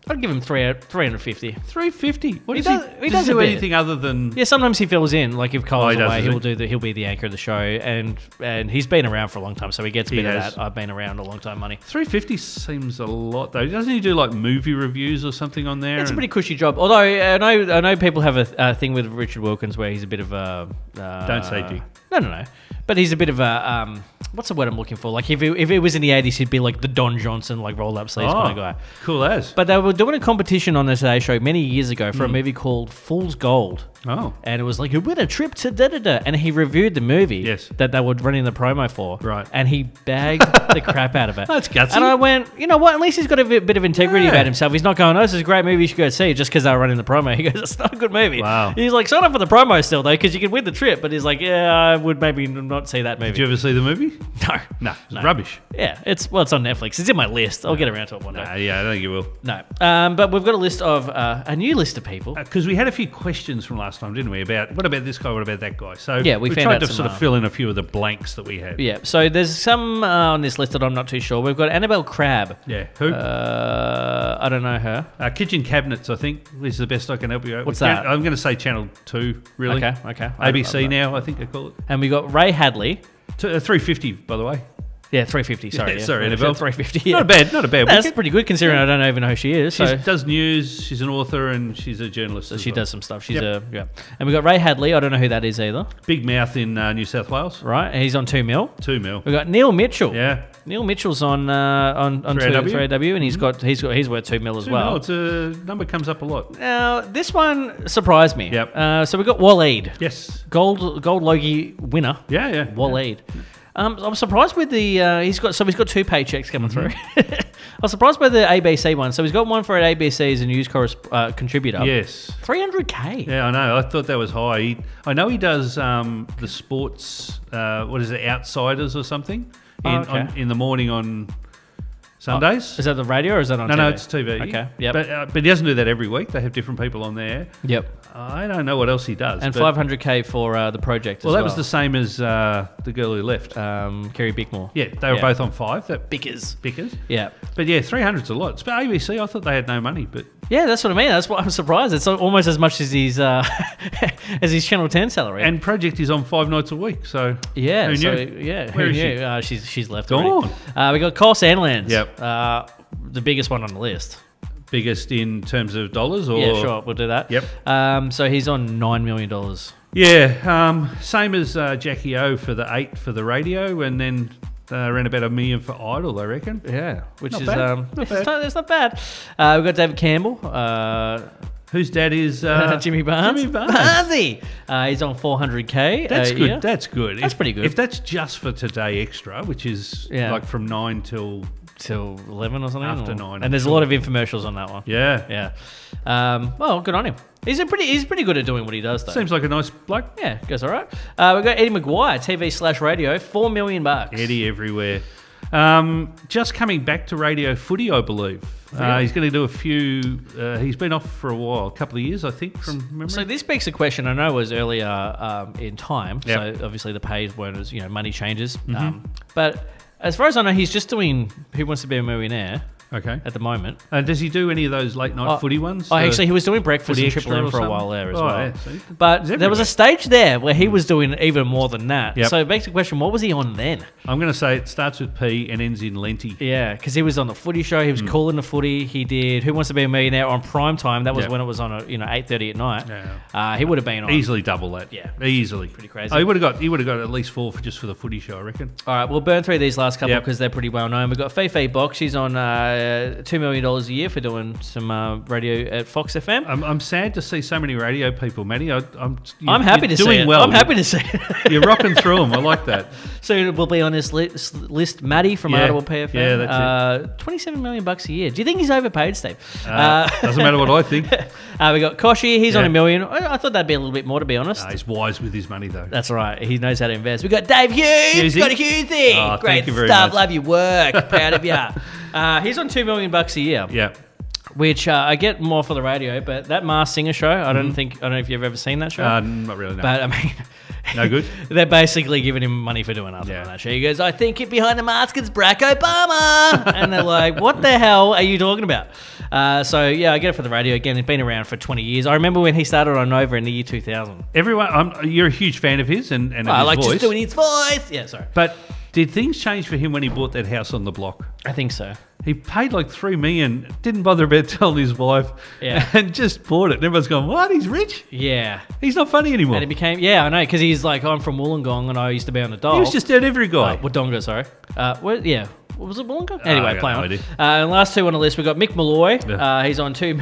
A: I'd give him three three hundred fifty.
B: 350. What
A: He
B: does he,
A: does- he
B: does
A: does
B: he
A: a
B: do
A: bit.
B: anything other than
A: Yeah, sometimes he fills in. Like if
B: Oh, he
A: Cole's
B: does,
A: away,
B: does he?
A: he'll do the he'll be the anchor of the show, and and he's been around for a long time, so he gets a
B: He
A: bit
B: has.
A: of that. I've been around a long time, money.
B: 350 seems a lot though. Doesn't he do like movie reviews or something on there?
A: It's a
B: And
A: pretty cushy job. Although uh, I know I know people have a, a thing with Richard Wilkins where he's a bit of a uh,
B: Don't say dick.
A: No, no, no. But he's a bit of a um, what's the word I'm looking for? Like if it, if it was in the '80s, he'd be like the Don Johnson, like roll up sleeves kind of guy.
B: Oh, Cool as.
A: But they were doing a competition on the Today Show many years ago
B: Hmm.
A: for a movie called Fool's Gold.
B: oh,
A: And it was like, you win a trip to da da da. And he reviewed the movie
B: Yes.
A: that they were running the promo for.
B: Right.
A: And he
B: <laughs>
A: bagged the crap out of it.
B: That's gutsy.
A: And I went, you know what? At least he's got a bit, bit of integrity
B: Yeah.
A: about himself. He's not going, oh, this is a great movie. You should go see it just because they were running the promo. <laughs> He goes, it's not a good movie.
B: Wow.
A: He's like, sign up for the promo still, though, because you can win the trip. But he's like, yeah, I would maybe not see that movie.
B: did you ever see the movie?
A: <laughs> no.
B: No, it's rubbish.
A: Yeah. It's, well, it's on Netflix. It's in my list. I'll get around to it one day.
B: Nah, yeah, I don't think you will.
A: No. Um, but we've got a list of, uh, a new list of people.
B: Because we had a few questions from last last time, didn't we? About what about this guy? What about that guy? So
A: Yeah, we
B: we
A: found
B: tried
A: out
B: to
A: some,
B: sort
A: uh,
B: of fill in a few of the blanks that we had.
A: Yeah, so there's some uh, on this list that I'm not too sure. We've got Annabelle Crab.
B: Yeah. Who? Uh,
A: Uh, I don't know her.
B: kitchen cabinets, I think, is the best I can help you out.
A: What's
B: with.
A: that?
B: I'm going to say Channel Two, really.
A: Okay, okay. I-
B: ABC
A: I-
B: now, I think they call it.
A: And we got Ray Hadley.
B: T- uh, 350, by the way.
A: Yeah, 350. Sorry,
B: Yeah,
A: yeah,
B: sorry, Annabelle.
A: 350.
B: Not a bad, not a bad.
A: That's
B: wicket.
A: pretty good considering I don't even know who she is.
B: She
A: So
B: does news. She's an author and she's a journalist. as
A: she
B: well.
A: does some stuff. She's
B: Yep.
A: a yeah. And we got Ray Hadley. I don't know who that is either.
B: Big mouth in uh, New South Wales.
A: Right, he's on two mil.
B: Two mil.
A: We got Neil Mitchell.
B: Yeah.
A: Neil Mitchell's on uh, on on
B: 3AW?
A: 3AW, and he's got he's got he's worth two mil as
B: Mm-hmm. Two
A: well.
B: mil. It's a number comes up a lot.
A: Now this one surprised me.
B: Yep.
A: Uh, so we got Waleed,
B: Yes.
A: gold gold Logie winner.
B: Yeah, yeah.
A: Waleed. Um, I'm surprised with the uh, he's got so he's got two paychecks coming through. <laughs> I was surprised by the ABC one. So he's got one for an ABC as a news corresp- uh, contributor.
B: Yes.
A: 300k.
B: Yeah, I know. I thought that was high. He, I know he does um, the sports. Uh, what is it, Outsiders or something? In,
A: Oh, okay. Oh,
B: on, in the morning on Sundays.
A: Is that the radio or is that on?
B: no,
A: TV?
B: no, it's TV.
A: Okay. Yep.
B: But, uh, but he doesn't do that every week. They have different people on there.
A: yep.
B: I don't know what else he does.
A: And
B: but-
A: 500k for uh, the project.
B: Well,
A: as
B: that was the same as uh, the girl who left.
A: um, Kerry Bickmore.
B: yeah, they were both on five. That
A: Bickers.
B: Bickers.
A: Yeah.
B: But yeah, 300's a lot. But ABC, I thought they had no money, but
A: Yeah, that's what I mean. That's what I'm surprised. It's al- almost as much as his uh, <laughs> as his Channel Ten salary.
B: and Project is on five nights a week, so
A: yeah,
B: who
A: so
B: knew?
A: yeah,
B: Where
A: who
B: is she?
A: knew? Uh, she's she's left
B: Gone.
A: already. Uh, we got Cole Sandlands.
B: Yep.
A: Uh, the biggest one on the list.
B: biggest in terms of dollars, or
A: yeah, sure, we'll do that.
B: Yep.
A: Um, so he's on nine million dollars.
B: Yeah, um, same as uh, Jackie O for the eight for the radio, and then uh, around about a million for Idol, I reckon. Yeah,
A: Which
B: Not
A: is
B: bad,
A: um, <laughs>
B: not
A: It's,
B: bad.
A: not, it's not bad. Uh, we've got David Campbell, uh,
B: Whose dad is uh,
A: <laughs> Jimmy Barnes,
B: Jimmy Barnes.
A: Barnesy. Uh, he's on four hundred k.
B: That's good. That's good.
A: That's
B: If-
A: pretty good.
B: If that's just for today extra, which is
A: Yeah.
B: like from nine till
A: till eleven or something.
B: After
A: or-
B: nine, I'm
A: and there's a lot of infomercials on that one.
B: yeah,
A: Yeah. Um, well, good on him. He's a pretty. He's pretty good at doing what he does, though.
B: Seems like a nice bloke.
A: yeah, goes all right. Uh, we've got Eddie McGuire, TV slash radio, four million bucks.
B: Eddie everywhere. Um, just coming back to radio footy, I believe. Uh, he's going to do a few. Uh, he's been off for a while, a couple of years, I think, from memory.
A: So this begs a question I know was earlier um, in time.
B: Yep. Mm-hmm.
A: So obviously the pays weren't as you know money changes. Um, but as far as I know, he's just doing Who Wants to Be a Millionaire
B: okay.
A: at the moment.
B: Uh, does he do any of those late night
A: Oh,
B: footy ones? Uh,
A: Oh,
B: The-
A: actually, he was doing breakfast
B: Footy
A: and triple
B: Extra
A: M
B: or
A: for a
B: something?
A: while there as
B: Oh,
A: well.
B: yeah, see?
A: But
B: He's
A: there was
B: everywhere.
A: a stage there where he was doing even more than that.
B: Yep.
A: So it begs the question: What was he on then?
B: I'm going to say it starts with P and ends in Lenti.
A: Yeah, because he was on the Footy Show. He was
B: Mm.
A: calling the footy. He did Who Wants to Be a Millionaire on prime time. That was
B: Yeah.
A: when it was on, a, you know, eight thirty at night.
B: Yeah.
A: Uh, he would have been on.
B: Easily double that.
A: Yeah.
B: easily.
A: Pretty crazy.
B: Oh, he would have got. He would have got at least four for just for the footy show, I reckon.
A: All right, we'll burn through these last couple
B: Yep.
A: because they're pretty well known. We've got Feifei Box. She's on uh, two million dollars a year for doing some uh, radio at Fox FM.
B: I'm, I'm sad to see so many radio people, Matty. I, I'm. you-
A: I'm happy
B: you're
A: to see
B: doing
A: it.
B: well.
A: I'm happy to see it. <laughs>
B: You're rocking through them. I like that.
A: Soon we'll be on this li- s- list. Maddie from
B: Yeah.
A: Audible PFM.
B: Yeah, that's
A: uh, it. Twenty-seven million bucks a year. Do you think he's overpaid, Steve?
B: Uh, doesn't matter what I think. <laughs>
A: uh, we got Koshi. He's on
B: Yeah.
A: a million. I, I thought that'd be a little bit more, to be honest.
B: Nah, he's wise with his money, though.
A: That's right. He knows how to invest. We got Dave Hughes.
B: Hughesy.
A: Got a Hughesy.
B: Oh, thank
A: Great
B: you very
A: stuff.
B: much.
A: Love your
B: <laughs>
A: work. Proud of you. Uh, he's on two million bucks a year,
B: yeah.
A: which uh, I get more for the radio. But that Mars Singer show, I don't think I don't know if you've ever seen that show.
B: Mm-hmm. Uh, not really. No.
A: but I mean, <laughs>
B: No good?
A: They're basically giving him money for doing nothing
B: Yeah.
A: on that show. He goes, "I think it behind the mask is Barack Obama," <laughs> and they're like, "What the hell are you talking about?" Uh, so yeah, I get it for the radio again. It's been around for twenty years. I remember when he started on Nova in the year two thousand.
B: Everyone, I'm, you're a huge fan of his and, and of
A: I
B: his
A: like
B: voice.
A: just doing his voice. Yeah, sorry.
B: but did things change for him when he bought that house on the block?
A: I think so.
B: He paid like three million, didn't bother about <laughs> telling his wife,
A: Yeah.
B: and just bought it. And everyone's going, "What? He's rich?
A: Yeah.
B: He's not funny anymore."
A: And it became, yeah, I know, because he's like, I'm from Wollongong and I used to be on the dole.
B: he was just out every guy.
A: Uh, Wodonga, sorry. Uh, what, yeah. What was it Wollongong?
B: I
A: Anyway,
B: got
A: play
B: no
A: on.
B: idea.
A: Uh, and last two on the list, we've got Mick Malloy.
B: Yeah.
A: Uh, he's on $2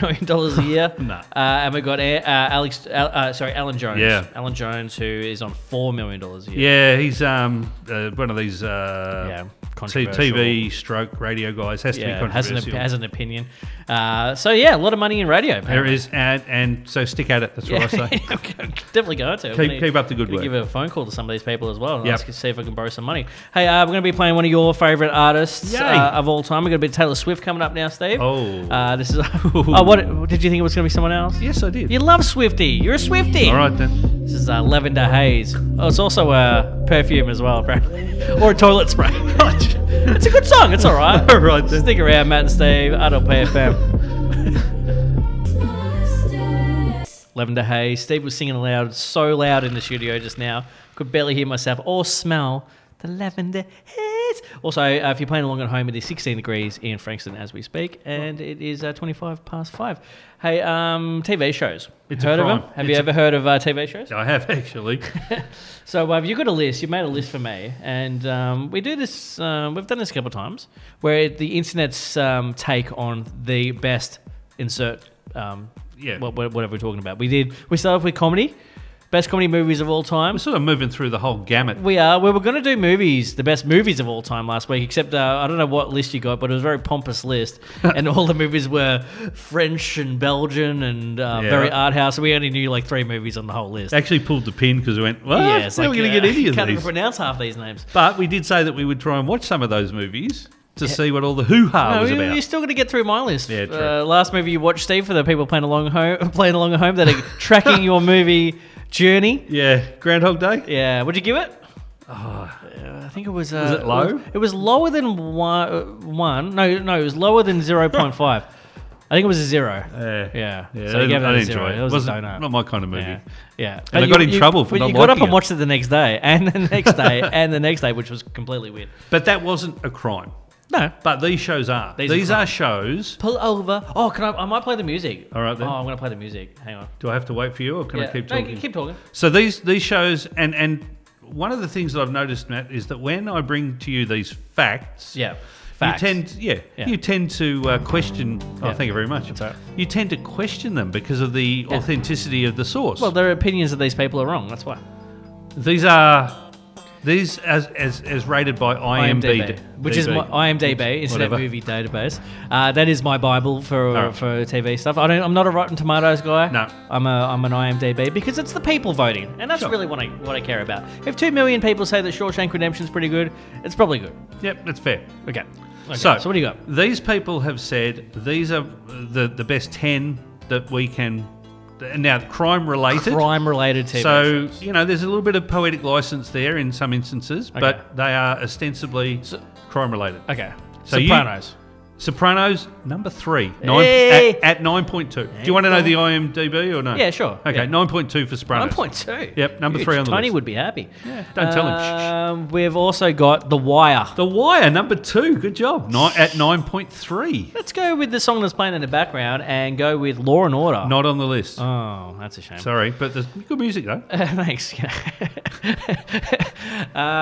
A: <laughs> million a year.
B: <laughs> Nah.
A: uh, and we've got uh, Alex, uh, uh, sorry, Alan Jones.
B: Yeah.
A: Alan Jones, who is on $4 million a year.
B: yeah, he's um uh, one of these uh,
A: Yeah.
B: T-
A: controversial.
B: TV, stroke, radio guys has to be
A: yeah, has an, op-
B: controversial.
A: has an opinion. Uh, so yeah, a lot of money in radio.
B: there
A: Apparently.
B: is, and, and so stick at it. That's
A: <laughs>
B: what I say.
A: I'm gonna- definitely going to. I'm
B: Keep-
A: gonna-
B: keep up the good
A: gonna
B: work.
A: Give a phone call to some of these people as well and
B: Yep.
A: ask, see if I can borrow some money. Hey, uh, we're going to be playing one of your favorite artists
B: Yay.
A: uh, of all time. We're going to be Taylor Swift coming up now, Steve.
B: Oh.
A: uh,
B: <laughs>
A: this is. <laughs> oh, what did you think it was going to be? Someone else?
B: Yes, I did.
A: You love Swifty. You're a Swifty.
B: All right then.
A: This is uh, Lavender Haze. Oh, it's also a perfume as well, apparently. <laughs> or a toilet spray. <laughs> it's a good song. It's all right.
B: <laughs> All right then.
A: Stick around, Matt and Steve. I don't pay FM.
B: <laughs>
A: Lavender Haze. Steve was singing aloud, so loud in the studio just now. Could barely hear myself or smell the lavender haze. Also, uh, if you're playing along at home, it is 16 degrees in Frankston as we speak, and it is uh, 25 past five. Hey, um, TV shows.
B: It's a
A: heard of
B: crime.
A: them? Have
B: It's
A: you
B: a-
A: ever heard of uh, TV shows?
B: I have <laughs> actually.
A: So uh, you got a list. You made a list for me, and um, we do this. Um, we've done this a couple of times, where the internet's um, take on the best insert. Um,
B: Yeah.
A: wha- wha- whatever we're talking about. We did. We started off with comedy, best comedy movies of all time.
B: We're sort of moving through the whole gamut.
A: We are. We were going to do movies, the best movies of all time last week, except uh, I don't know what list you got, but it was a very pompous
B: <laughs>
A: list. and all the movies were French and Belgian and uh,
B: Yeah.
A: very art house. We only knew like three movies on the whole list.
B: Actually pulled the pin because we went, well,
A: yeah,
B: yeah,
A: it's
B: we're
A: like,
B: going to
A: uh,
B: get any of
A: Can't even
B: these.
A: pronounce half these names.
B: But we did say that we would try and watch some of those movies to see what all the hoo ha
A: No,
B: was
A: Oh, you-
B: about.
A: you're still going to get through my list.
B: Yeah, true.
A: Uh, last movie you watched, Steve, for the people playing along home, <laughs> playing along at home
B: <laughs>
A: that are tracking your movie journey.
B: yeah, Groundhog Day.
A: Yeah, would you give it? Uh, I think it was. Uh,
B: Oh. Was it low?
A: It was, it was lower than one, uh, one. No, no, it was lower than zero point
B: <laughs>
A: five. I think it was a zero.
B: Yeah,
A: yeah.
B: yeah.
A: so
B: I
A: you gave
B: didn't,
A: it
B: I
A: a
B: didn't
A: zero.
B: enjoy it.
A: It was a
B: wasn't
A: donut.
B: not my kind of movie.
A: Yeah. Yeah.
B: And I got in trouble for
A: but
B: not
A: You got up
B: liking
A: and
B: it.
A: watched it the next day, <laughs> and the next
B: <laughs>
A: day, and the next day, which was completely weird.
B: But that wasn't a crime.
A: No,
B: But these shows are.
A: These
B: These,
A: are
B: are,
A: crime.
B: shows.
A: Pull over. Oh, can I? I might play the music.
B: All right, then.
A: Oh, I'm gonna play the music. Hang on.
B: Do I have to wait for you, or can I
A: Yeah.
B: keep
A: No,
B: talking?
A: keep talking.
B: So these these shows, and and one of the things that I've noticed, Matt, is that when I bring to you these facts,
A: Yeah. Facts.
B: You tend, yeah,
A: Yeah.
B: you tend to uh, question.
A: Yeah.
B: Oh, thank you very much.
A: That's all right.
B: You tend to question them because of the
A: Yeah.
B: authenticity of the source.
A: Well, their opinions of these people are wrong. That's why.
B: these are these as as, as rated by IMDb,
A: which is my IMDb, Internet
B: Whatever.
A: Movie Database. Uh, that is my bible for
B: Alright.
A: for TV stuff. I don't. I'm not a Rotten Tomatoes guy.
B: No.
A: I'm a I'm an IMDb because it's the people voting, and that's
B: Sure.
A: really what I what I care about. If two million people say that Shawshank Redemption's pretty good, it's probably good.
B: Yep, that's fair.
A: Okay. okay.
B: So,
A: so what do you got?
B: These people have said these are the the best ten that we can. Now, crime related.
A: Crime related TV.
B: So you know, there's a little bit of poetic license there in some instances,
A: Okay.
B: but they are ostensibly crime related.
A: okay.
B: So you-
A: Sopranos.
B: Sopranos number three,
A: Eh.
B: nine,
A: Hey!
B: at, at nine point two. Do you want to know the IMDb or no?
A: Yeah, sure.
B: Okay,
A: Yeah.
B: nine point two for
A: One
B: Sopranos.
A: point two.
B: Yep, number three on the
A: Tony
B: list.
A: would be happy. Yeah,
B: don't tell him.
A: Um, we've also got The Wire.
B: The Wire number two. Good job. Nine, at nine point three,
A: Let's go with the song that's playing in the background and go with Law and Order.
B: not on the list.
A: Oh, that's a shame.
B: Sorry, but there's good music though.
A: <laughs> Thanks. <laughs>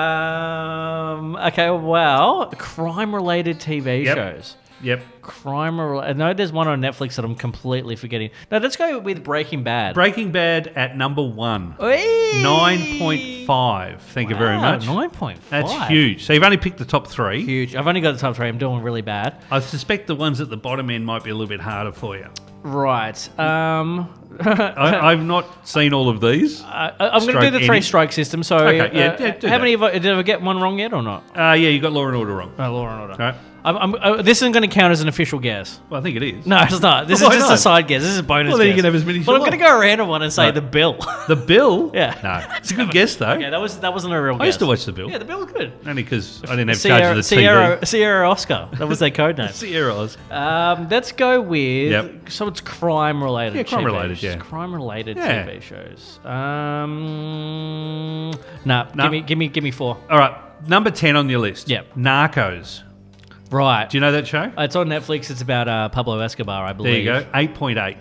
A: um, okay, well, crime-related TV
B: Yep.
A: shows.
B: Yep.
A: Crime related. No, there's one on Netflix that I'm completely forgetting. No, let's go with Breaking Bad.
B: Breaking Bad at number one.
A: Hey!
B: Nine point five. Thank you very
A: Wow,
B: much.
A: Ah, Nine point five.
B: That's huge. So you've only picked the top three.
A: Huge. I've only got the top three. I'm doing really bad.
B: I suspect the ones at the bottom end might be a little bit harder for you.
A: Right. Um,
B: I, I've not seen all of these. Uh,
A: I, I'm going to do
B: Stroke
A: the
B: any.
A: three strike system. So,
B: Okay, yeah,
A: uh,
B: yeah, do
A: how
B: that.
A: many of I, did I get one wrong yet or not?
B: yeah, you got Uh, Law and Order wrong.
A: Oh, Law and Order.
B: All right.
A: I'm, I'm, uh, this isn't going to count as an official guess.
B: Well, I think it is.
A: No, it's not. This is
B: Why
A: just a
B: not?
A: side guess. This is a bonus.
B: Well, then you
A: guess.
B: can have as many as
A: But
B: you
A: I'm going
B: like.
A: to go random one and say
B: No.
A: the bill. <laughs>
B: The Bill?
A: Yeah.
B: No. It's a good guess, though.
A: yeah, that was that wasn't a real.
B: I used to
A: guess.
B: watch The Bill.
A: Yeah, the bill's good.
B: Only because I didn't have charge of
A: Sierra, Sierra,
B: the TV.
A: Sierra Oscar. That was their
B: <laughs>
A: code name.
B: Sierra Oz.
A: Um, let's go with
B: Yep.
A: so it's crime related.
B: Yeah, crime
A: TV
B: related,
A: shows.
B: yeah.
A: crime related
B: Yeah.
A: TV shows. Um, nah,
B: Nah.
A: give me, give me, give me four.
B: All right. Number 10 on your list.
A: Yep.
B: Narcos.
A: Right,
B: Do you know that show?
A: it's on Netflix. It's about uh, Pablo Escobar, I
B: there
A: believe.
B: you go. 8.8.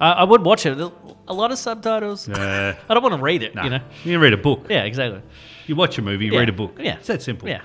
A: I, I would watch it. There's A lot of subtitles.
B: Uh,
A: I don't want to read it. <laughs>
B: nah.
A: You know.
B: You can read a book.
A: Yeah, exactly.
B: You watch a movie, you
A: Yeah.
B: read a book.
A: Yeah.
B: It's that simple.
A: Yeah.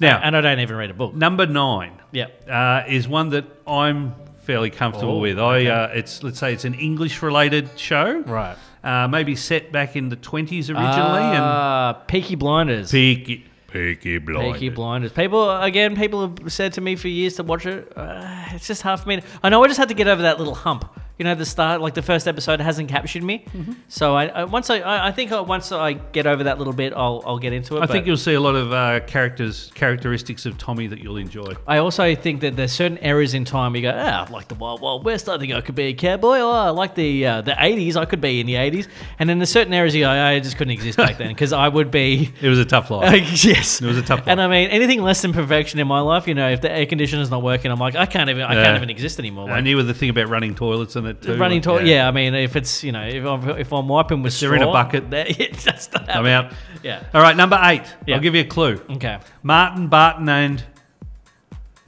B: Now,
A: And I don't even read a book.
B: number nine.
A: Yeah.
B: uh, is one that I'm fairly comfortable
A: Oh,
B: with. I uh, it's let's say it's an English related show,
A: Right.
B: Uh, maybe set back in the 20s originally, and
A: Ah, Peaky Blinders.
B: Peaky Peaky Blinders.
A: Peaky Blinders. People again. People have said to me for years to watch it. Uh, it's just hard for me. to- I know. I just had to get over that little hump. You know, the start, like the first episode, hasn't captured me.
B: Mm-hmm.
A: So I, I once I, I I think I, once I get over that little bit, I'll, I'll get into it.
B: I think
A: but-
B: you'll see a lot of uh, characters, characteristics of Tommy that you'll enjoy.
A: I also think that there's certain eras in time. You go, ah, I like the Wild Wild West. I think I could be a cowboy. Oh, I like the uh, the '80s. I could be in the '80s. And then there's certain eras you go, I just couldn't exist back then because I would be. <laughs>
B: It was a tough life.
A: Like, yes,
B: It was a tough
A: And I
B: life.
A: mean, anything less than perfection in my life, you know, if the air conditioner's not working, I'm like, I can't even, I
B: Yeah.
A: can't even exist anymore.
B: I
A: Like,
B: knew the thing about running toilets in it too.
A: running
B: like,
A: toilet, yeah. I mean, if it's you know, if I'm if I'm wiping with
B: they're in a
A: straw, <laughs>
B: bucket.
A: that, it's just not
B: I'm
A: happening.
B: out.
A: Yeah.
B: All right, number eight.
A: Yeah.
B: I'll give you a clue.
A: Okay,
B: Martin, Barton, and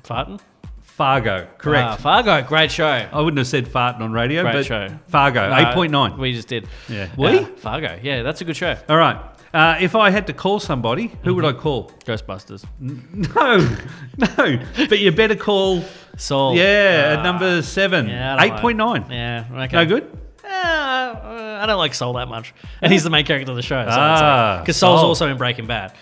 A: farting.
B: Fargo. Correct.
A: Ah, Fargo, great show.
B: I wouldn't have said Farton on radio,
A: Great
B: but
A: show.
B: Fargo,
A: No,
B: 8.9.
A: We just did.
B: Yeah.
A: Uh,
B: We?
A: Fargo. Yeah, that's a good show.
B: All right. Uh, if I had to call somebody, who would I call? <laughs>
A: Ghostbusters.
B: No, <laughs> no. But you better call.
A: Soul.
B: Yeah,
A: Ah,
B: at number seven,
A: yeah, I don't
B: eight point nine.
A: know. Yeah. Okay.
B: No good.
A: Uh, uh, I don't like Soul that much, and he's the main character of the show. So
B: Ah,
A: because Soul's
B: Saul.
A: also in Breaking Bad.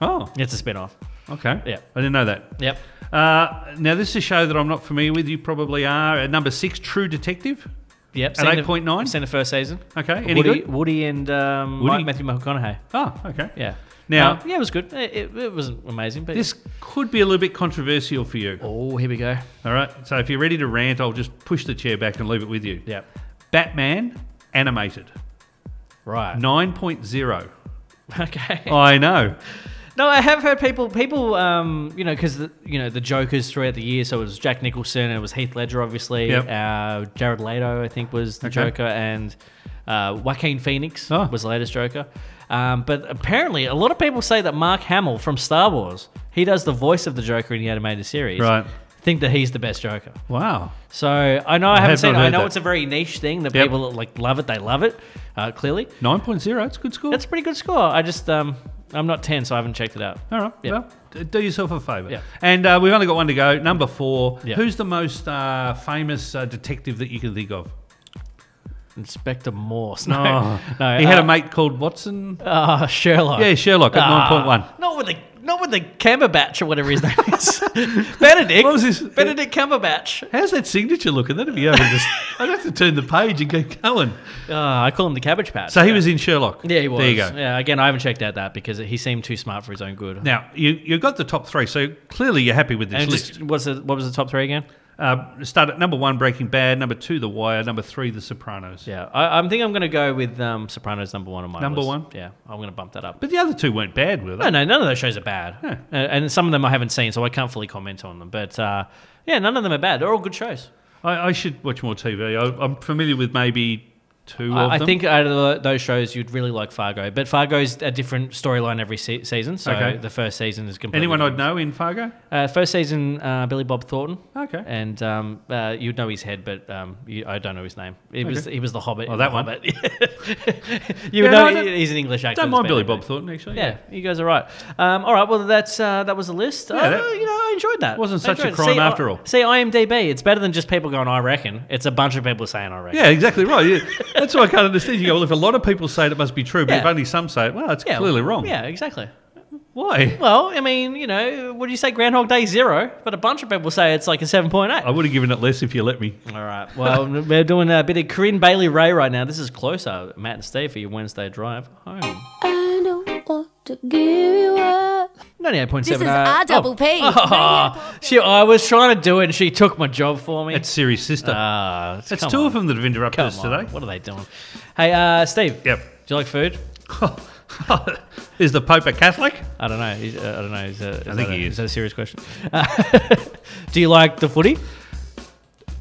B: Oh,
A: It's a spin-off.
B: okay.
A: Yeah.
B: I didn't know that.
A: Yep.
B: Uh, now this is a show that I'm not familiar with. You probably are. At number six, True Detective.
A: Yep.
B: At
A: seen the-
B: 8.9?
A: Seen the first season.
B: Okay, any
A: Woody,
B: good?
A: Woody and um,
B: Woody?
A: Mike Matthew McConaughey.
B: Oh, okay.
A: Yeah.
B: Now-
A: Uh, yeah, it was good. It, it, it wasn't amazing, but
B: This could be a little bit controversial for you.
A: Oh, here we go.
B: All right. So if you're ready to rant, I'll just push the chair back and leave it with you.
A: Yep.
B: Batman animated
A: Right.
B: 9.0.
A: <laughs> Okay.
B: I know.
A: No, I have heard people, people, um, you know, because you know the Joker's throughout the year. So it was Jack Nicholson, and it was Heath Ledger, obviously.
B: Yep.
A: Uh, Jared Leto, I think, was the
B: Okay.
A: Joker, and uh, Joaquin Phoenix
B: Oh.
A: was the latest Joker. Um, but apparently, a lot of people say that Mark Hamill from Star Wars, he does the voice of the Joker in the animated series.
B: Right.
A: Think that he's the best Joker.
B: Wow.
A: So I know I, haven't
B: have
A: seen. it.
B: not
A: I
B: heard
A: know
B: that.
A: it's a very niche thing that
B: Yep.
A: people like love it. They love it. Uh, clearly,
B: 9.0. It's a good score.
A: that's a pretty good score. I just um, I'm not ten, so I haven't checked it out.
B: All right.
A: Yeah.
B: Well, d- do yourself a favour.
A: Yeah.
B: And uh, we've only got one to go. Number four.
A: Yeah.
B: Who's the most uh, famous uh, detective that you can think of?
A: Inspector Morse. <laughs> No,
B: Oh.
A: no.
B: he had
A: uh,
B: a mate called Watson.
A: uh, Sherlock.
B: yeah, Sherlock at
A: Ah,
B: 9.1.
A: Not with the not with the Cumberbatch or whatever his name <laughs> is. Benedict.
B: What was his-
A: Benedict Cumberbatch.
B: How's that signature looking? That'd be
A: <laughs>
B: over. Just, I'd have to turn the page and go going.
A: Uh, I call him the Cabbage Patch.
B: So he was in Sherlock.
A: Yeah, he was.
B: There you go.
A: Yeah, again, I haven't checked out that because he seemed too smart for his own good.
B: Now you you got the top three, so clearly you're happy with this
A: and
B: list.
A: just, what's the, what was the top three again?
B: Uh, start at number one, Breaking Bad. Number two, The Wire. Number three, The Sopranos.
A: Yeah, I, I think I'm going to go with um, Sopranos number one on my
B: Number
A: list.
B: one?
A: Yeah, I'm going to bump that up.
B: But the other two weren't bad, were they?
A: No, no, none of those shows are bad,
B: Yeah.
A: Uh, and some of them I haven't seen, so I can't fully comment on them. But uh, yeah, none of them are bad. They're all good shows.
B: I, I should watch more TV. I, I'm familiar with maybe two of
A: I, I
B: them.
A: think out of the- those shows, you'd really like Fargo, but Fargo's a different storyline every se- season. So
B: Okay.
A: the first season is completely
B: Anyone I'd
A: different.
B: know in Fargo?
A: Uh, first season, uh, Billy Bob Thornton.
B: Okay.
A: and um, uh, you'd know his head, but um, you, I don't know his name. He was
B: Okay.
A: he was the Hobbit.
B: Oh,
A: in
B: that
A: The
B: one.
A: Hobbit. <laughs> you would
B: no, I
A: know
B: don't-
A: he- he's an English actor.
B: Don't
A: that's
B: mind
A: been
B: Billy
A: in
B: Bob
A: it.
B: Thornton, actually.
A: Yeah, you guys are right. Um, all right, well that's uh, that was the list. uh,
B: that-
A: you know, I enjoyed that.
B: Wasn't
A: I
B: such a
A: enjoyed it.
B: crime
A: See,
B: after
A: I-
B: all.
A: See, IMDb, it's better than just people going, "I reckon." It's a bunch of people saying, "I reckon."
B: Yeah, exactly right. Yeah. That's what I can't understand. You go, well, if a lot of people say it, it must be true, but
A: Yeah.
B: if only some say it, well, it's clearly wrong.
A: Yeah, exactly.
B: Why?
A: Well, I mean, you know, would you say Groundhog Day zero? But a bunch of people say it's like a seven point eight.
B: I would have given it less if you let me.
A: All right. Well, <laughs> we're doing a bit of Corinne Bailey Ray right now. This is closer, Matt and Steve, for your Wednesday drive home.
G: I don't want to give you up.
A: Ninety-eight point
F: This
A: seven. uh, oh.
F: is R double
A: <laughs>
F: P.
A: she, I was trying to do it, and she took my job for me.
B: That's Siri's sister.
A: Ah,
B: Uh, That's
A: come
B: two
A: on,
B: of them that have interrupted
A: Come
B: us
A: on,
B: today.
A: What are they doing? Hey, uh, Steve.
B: Yep. <laughs>
A: Do you like food?
B: Is the Pope a Catholic?
A: I don't know. Is- uh, I don't know. Is that, is
B: think
A: that a,
B: he is.
A: that a serious question? <laughs> do you like the footy?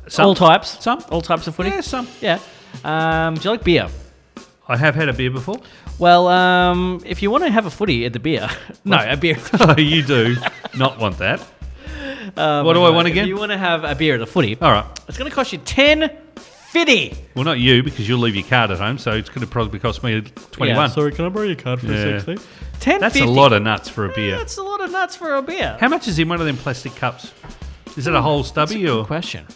B: Some.
A: All types.
B: Some.
A: All types of footy.
B: Yeah, some.
A: Yeah. Um, do you like beer?
B: I have had a beer before.
A: Well, um, if you want to have a footy at the beer, <laughs>
B: <laughs>
A: no, a beer.
B: you do not want that. what do I want
A: If
B: again? Oh.
A: you want to have a beer at a footy,
B: All right.
A: it's going to cost you ten fifty.
B: Well, not you, because you'll leave your card at home, so it's going to probably cost me 21.
A: sorry, can I borrow your card for
B: a Yeah. sec,
A: Ten.
B: That's a lot of nuts for a beer.
A: That's a lot of nuts for a beer.
B: How much is in one of them plastic cups? Is it a whole stubby or
A: Question.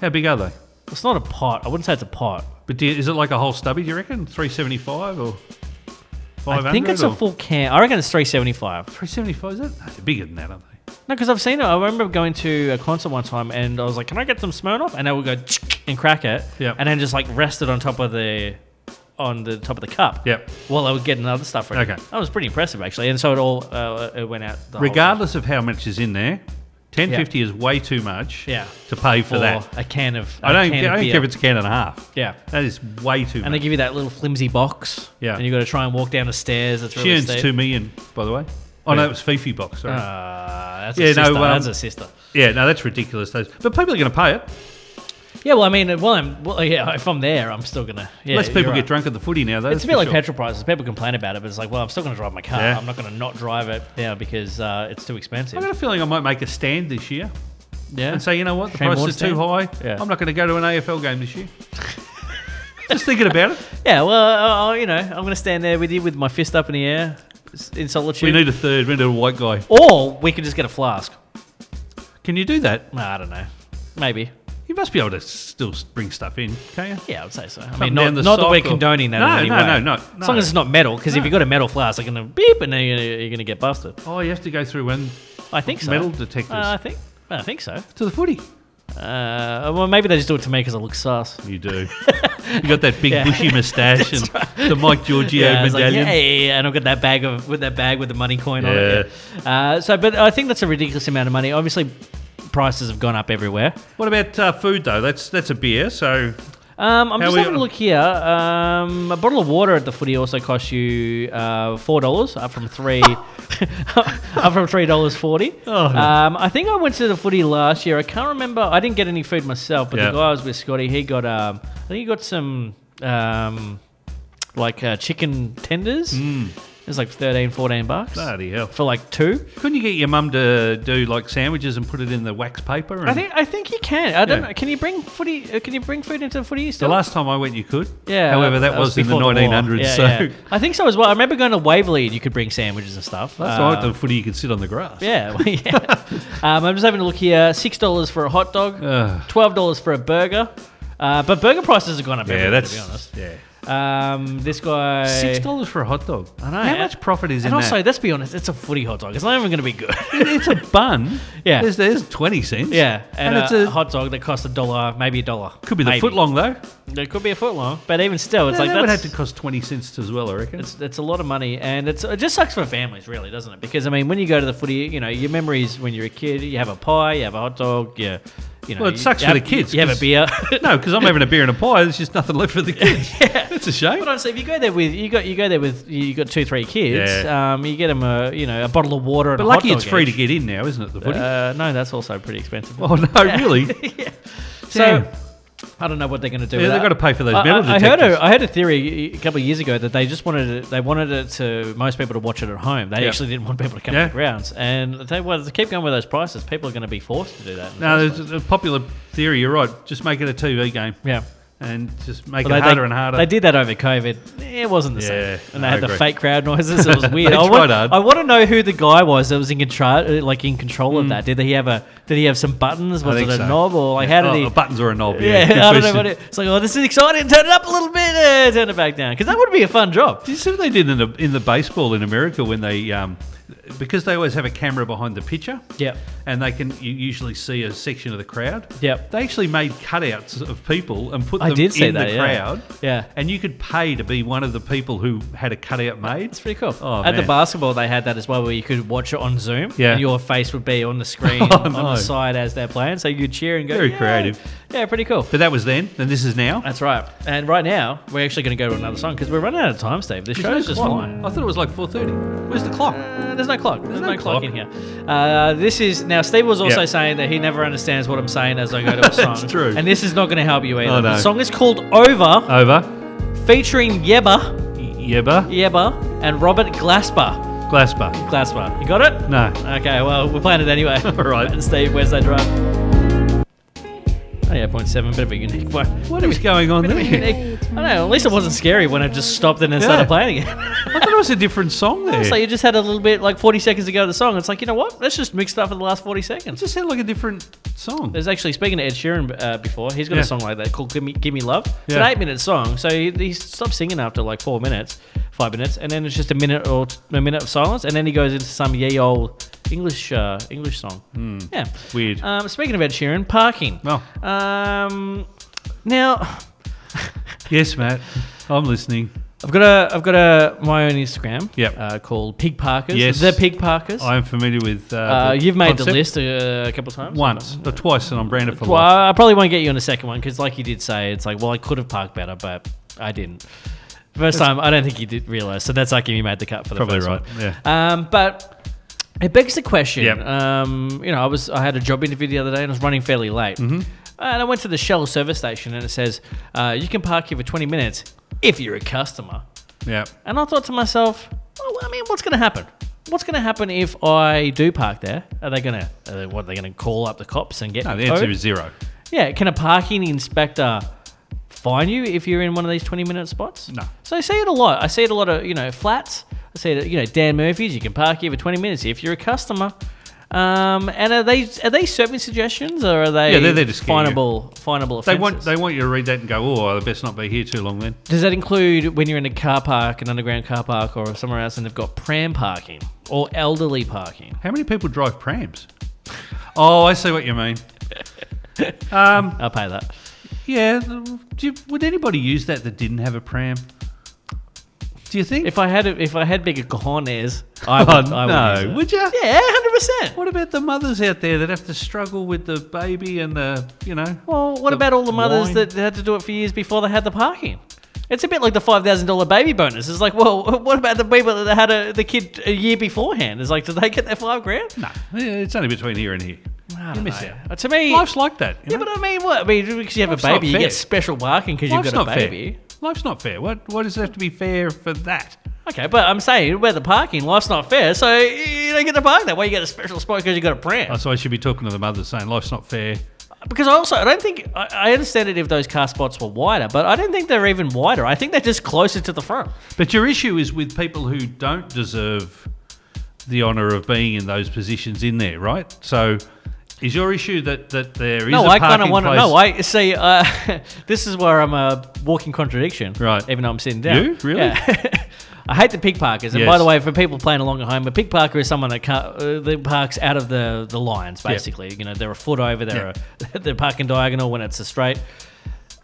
B: how big are they?
A: It's not a pot. I wouldn't say it's a pot.
B: But do you, is it like a whole stubby? Do you reckon three seventy five or
A: I think it's a full can. I reckon it's 375.
B: 375, is it? No, they're bigger than that, aren't they?
A: No, because I've seen it. I remember going to a concert one time and I was like, can I get some Smirnoff? And they would go and crack it.
B: Yep.
A: And then just like rest it on top of the on the top of the cup.
B: Yep.
A: While I would get another stuff ready.
B: Okay.
A: That was pretty impressive actually. And so it all uh, it went out. The whole
B: Regardless of how much is in there, 1050 is way too much
A: Yeah.
B: to pay
A: thing
B: for that.
A: a can of.
B: I
A: a
B: don't,
A: can
B: care- I
A: of
B: don't
A: beer.
B: care if it's a can and a half.
A: Yeah.
B: That is way too
A: And they
B: much.
A: give you that little flimsy box.
B: Yeah.
A: And you got to try and walk down the stairs. That's
B: she
A: really
B: earns
A: steep.
B: two million, by the way. Oh no, it was Fifi box. Sorry.
A: Ah, that's
B: Yeah,
A: a
B: no,
A: sister.
B: um,
A: that's a sister.
B: yeah, no, that's ridiculous. Those, but people are going to pay it.
A: Yeah, well, I mean, well, I'm, well, yeah, if I'm there, I'm still gonna. Yeah,
B: Less people
A: you're
B: get
A: right.
B: drunk at the footy now, though.
A: It's
B: that's
A: a bit
B: for
A: like
B: sure.
A: petrol prices. People complain about it, but it's like, well, I'm still going to drive my car.
B: Yeah.
A: I'm not going to not drive it now because uh, it's too expensive.
B: I've got a feeling I might make a stand this year
A: yeah.
B: and say, you know what, the
A: Shane Warne
B: prices are too high.
A: stand? Yeah.
B: I'm not going to go to an AFL
A: <laughs>
B: game this year. Just thinking about it.
A: yeah, well, uh, uh, you know, I'm going to stand there with you with my fist up in the air s- in
B: We
A: solitude.
B: need a third. We need a white guy.
A: or we could just get a flask.
B: Can you do that?
A: Nah, I don't know. Maybe.
B: You must be able to still bring stuff in, can't you?
A: Yeah, I would say so. I mean,
B: Something
A: not,
B: down the
A: not that
B: sock
A: we're
B: or-
A: condoning that.
B: No,
A: in any
B: no,
A: way.
B: no, not-
A: As long
B: no.
A: as it's not metal, because if
B: No.
A: you've got a metal flask, you're going to beep and then you're going to you're gonna get busted.
B: Oh, you have to go through one
A: I think so.
B: metal
A: Uh,
B: detectors
A: I think. I think so.
B: to the footy.
A: Uh, well, maybe they just do it to me because I look sus.
B: You do. <laughs> you got that big
A: Yeah.
B: bushy
A: <laughs>
B: moustache and the Mike Giorgio
A: yeah, I was like,
B: medallion.
A: yeah, yeah, yeah, and I've got that bag of with that bag with the money coin on it. yeah. Uh, so, but I think that's a ridiculous amount of money. Obviously, prices have gone up everywhere.
B: What about uh, food though? That's that's a beer. So
A: Um, I'm
B: How
A: just
B: we-
A: having a look here. Um, a bottle of water at the footy also costs you uh, four dollars, up from three, <laughs> up from three dollars forty.
B: Oh, no.
A: Um, I think I went to the footy last year. I can't remember. I didn't get any food myself, but
B: Yeah.
A: the guy I was with, Scotty, he got. Um, I think he got some. Um, like uh, chicken tenders.
B: Hmm.
A: It was like 13, 14 bucks.
B: bloody hell.
A: for like two.
B: Couldn't you get your mum to do like sandwiches and put it in the wax paper? And
A: I think I think you can. I don't
B: Hmm. Yeah.
A: know. Can you bring footy? uh, Can you bring food into the footy
B: the
A: still?
B: last time I went, you could.
A: yeah.
B: However, that, was, in the
A: before war.
B: 1900s.
A: Yeah,
B: so <laughs>
A: yeah. I think so as well. I remember going to Waverley and you could bring sandwiches and stuff.
B: that's
A: Uh,
B: all right. The footy, you could sit on the grass.
A: Yeah, <laughs> well, yeah. um, I'm just having a look here. Six dollars for a hot dog.
B: Ugh.
A: Twelve dollars for a burger. Uh, but burger prices have gone up.
B: Yeah,
A: everywhere,
B: that's
A: to be honest.
B: yeah.
A: Um, this guy
B: Six dollars for a hot dog. I
A: know,
B: How
A: yeah.
B: much profit is
A: And
B: in
A: also,
B: that?
A: let's be honest, it's a footy hot dog. It's not even going to be good. <laughs>
B: it's a bun.
A: Yeah.
B: there's, there's twenty cents.
A: yeah, and,
B: and, it's
A: a,
B: a
A: hot dog that costs a dollar, maybe a dollar.
B: could be the
A: Maybe.
B: foot long though.
A: It could be a foot long, but even still, it's
B: that
A: like
B: that would
A: that's,
B: have to cost twenty cents as well. I reckon.
A: it's it's a lot of money, and it's it just sucks for families, really, doesn't it? Because I mean, when you go to the footy, you know, your memories when you're a kid, you have a pie, you have a hot dog, you, you know,
B: Well, it
A: you-
B: sucks
A: you
B: for
A: have-
B: the kids,
A: You have a
B: 'cause-
A: beer.
B: <laughs>
A: <laughs>
B: No, because I'm having a beer and a pie. There's just nothing left for the kids. yeah, it's a shame.
A: But honestly, if you go there with you got you go there with you got two three kids,
B: Yeah.
A: um, you get them a you know a bottle of water and a
B: But lucky
A: hot
B: it's
A: dog
B: free to
A: each.
B: get in now, isn't it? The footy.
A: Uh, no, that's also pretty expensive.
B: <laughs> oh no, really?
A: So I don't know what they're going to do.
B: Yeah,
A: with
B: they've
A: that.
B: gotta pay for those
A: I-
B: metal
A: I, I heard uh,
B: detectors.
A: a, I heard a theory a couple of years ago that they just wanted it, they wanted it to most people to watch it at home. They
B: Yeah.
A: actually didn't want people to come
B: Yeah.
A: to the grounds. And I tell you what, if they keep going with those prices, people are going to be forced to do that. in the
B: No,
A: first
B: there's a popular theory. You're right. Just make it a TV game
A: place. yeah.
B: and just make
A: But
B: it harder and harder.
A: They did that over COVID. It wasn't the
B: Yeah,
A: same, and they
B: I
A: had the
B: agree.
A: fake crowd noises. It
B: <laughs>
A: was weird.
B: They
A: I, want,
B: tried hard.
A: I want to know who the guy was that was in control, like in control of that. Did he have a? Did he have some buttons?
B: Mm. I
A: Was it
B: think
A: a
B: so.
A: knob or like
B: Yeah.
A: how did
B: Oh,
A: he?
B: a buttons or a knob? Yeah,
A: Yeah, <laughs> I don't
B: good
A: know
B: question.
A: what it, it's like. Oh, this is exciting! Turn it up a little bit, <laughs> uh, turn it back down because that would be a fun job.
B: <laughs> Did you see what they did in the in the baseball in America when they um, because they always have a camera behind the pitcher.
A: Yep.
B: And they can you usually see a section of the crowd.
A: Yep.
B: They actually made cutouts of people and put
A: I
B: them
A: did see
B: in
A: that,
B: the
A: yeah.
B: crowd.
A: Yeah.
B: And you could pay to be one of the people who had a cutout made.
A: It's pretty cool.
B: Oh,
A: At the
B: man.
A: basketball, they had that as well, where you could watch it on Zoom.
B: Yeah.
A: and your face would be on the screen
B: <laughs> Oh,
A: on
B: no.
A: the side as they're playing, so you could cheer and go.
B: Very
A: "Yeah."
B: creative.
A: Yeah, pretty cool.
B: But that was then, and this is now.
A: That's right. And right now, we're actually going to go to another song because we're running out of time, Steve. The show's just
B: Clock.
A: flying.
B: I thought it was like 4:30. Where's the clock?
A: Uh, there's no clock. There's, no,
B: no
A: clock.
B: clock.
A: in here. Uh, this is now. Steve was also
B: Yeah.
A: saying that he never understands what I'm saying as I go to a song.
B: <laughs> That's true.
A: And this is not going to help you either.
B: Oh, no.
A: The song is called Over,
B: Over.
A: featuring Yeba,
B: Yeba.
A: Yeba, and Robert Glasper.
B: Glasper.
A: Glasper, you got it?
B: No.
A: Okay. Well, we're playing it
B: <laughs>
A: anyway. All
B: right.
A: Steve, where's that drum? Oh yeah, point seven. Bit of a unique one. <laughs>
B: What is going on
A: Bit of a
B: there?
A: unique. I don't know. At least it wasn't scary when I just stopped and then
B: Yeah.
A: started playing again. <laughs>
B: I thought it was a different song there.
A: So you
B: It
A: just had a little bit like 40 seconds to go to the song. It's like, you know what? Let's just mix stuff for the last 40 seconds.
B: just sounded like a different song.
A: There's actually, speaking to Ed Sheeran uh, before, he's got
B: Yeah.
A: a song like that called Gimme, Gimme Love. It's
B: Yeah.
A: an eight minute song. So he, he stopped singing after like four minutes. five minutes, and then it's just a minute or t- a minute of silence, and then he goes into some ye old English uh, English song.
B: Hmm.
A: Yeah,
B: Weird.
A: Um, speaking of Ed Sheeran, parking.
B: Well.
A: um, now.
B: Yes, Matt. I'm listening.
A: I've got a I've got a my own Instagram.
B: Yep.
A: Uh, called Pig Parkers.
B: Yes.
A: the Pig Parkers.
B: I'm familiar with. Uh,
A: uh,
B: the
A: you've made the
B: concept.
A: list a, a couple of times.
B: once, or twice, and I'm branded for
A: Well,
B: life.
A: I probably won't get you on the second one because, like you did say, it's like well I could have parked better, but I didn't. First time, I don't think you did realize. So that's like you made the cut for the
B: Probably
A: first
B: right.
A: one.
B: Yeah.
A: Um, but it begs the question.
B: Yep.
A: Um, you know, I was I had a job interview the other day and I was running fairly late,
B: Mm-hmm.
A: and I went to the Shell service station and it says uh, you can park here for twenty minutes if you're a customer.
B: Yeah.
A: And I thought to myself, well, I mean, what's going to happen? What's going to happen if I do park there? Are they going to, are they, what, are they going to call up the cops and get
B: No,
A: me
B: the answer
A: towed?
B: is zero.
A: Yeah, can a parking inspector fine you if you're in one of these 20 minute spots?
B: No.
A: So I see it a lot. I see it a lot of, you know, flats. I see it, at, you know, Dan Murphy's. You can park here for 20 minutes if you're a customer. Um, and are they are they serving suggestions or are they
B: Yeah, they're there to scare you.
A: finable finable offences?
B: They want they want you to read that and go, oh, I best not be here too long then.
A: Does that include when you're in a car park, an underground car park, or somewhere else, and they've got pram parking or elderly parking?
B: How many people drive prams? <laughs> Oh, I see what
A: <laughs>
B: you mean. Um,
A: I'll pay that.
B: yeah, do you, would anybody use that that didn't have a pram? Do you think?
A: If I had a, if I had bigger cojones,
B: <laughs>
A: I would.
B: Oh,
A: I
B: no,
A: would,
B: would ya?
A: Yeah, hundred percent.
B: what about the mothers out there that have to struggle with the baby and the, you know?
A: Well, what
B: the
A: about all the mothers
B: wine?
A: that had to do it for years before they had the parking? It's a bit like the five thousand dollar baby bonus. It's like, well, <laughs> what about the people that had a, the kid a year beforehand? It's like, did they get their five grand?
B: No, yeah, it's only between here and here.
A: I
B: You
A: don't
B: miss
A: know.
B: out.
A: To me,
B: Life's like that. you
A: yeah,
B: know?
A: but I mean, what? I mean, because you have
B: Life's
A: a
B: not
A: baby, you
B: fair.
A: get special parking because you've
B: Life's
A: got a
B: not
A: baby.
B: fair. Life's not fair. What, what does it have to be fair for that?
A: Okay, but I'm saying about the parking, life's not fair, so you don't get to park that way. You get a special spot because you got a
B: Oh,
A: brand.
B: so I should be talking to the mothers saying life's not fair.
A: Because I also, I don't think, I, I understand it if those car spots were wider, but I don't think they're even wider. I think they're just closer to the front.
B: But your issue is with people who don't deserve the honour of being in those positions in there, right? So is your issue that, that there is
A: no,
B: a
A: I
B: kind of
A: want to. No, I see. Uh, <laughs> this is where I'm a walking contradiction.
B: Right.
A: Even though I'm sitting down.
B: You? Really?
A: Yeah. <laughs> I hate the pig parkers. And by
B: Yes.
A: the way, for people playing along at home, a pig parker is someone that, can uh, that parks out of the, the lines, basically. You know, they're a foot over, they're, a, <laughs> they're parking diagonal when it's a straight.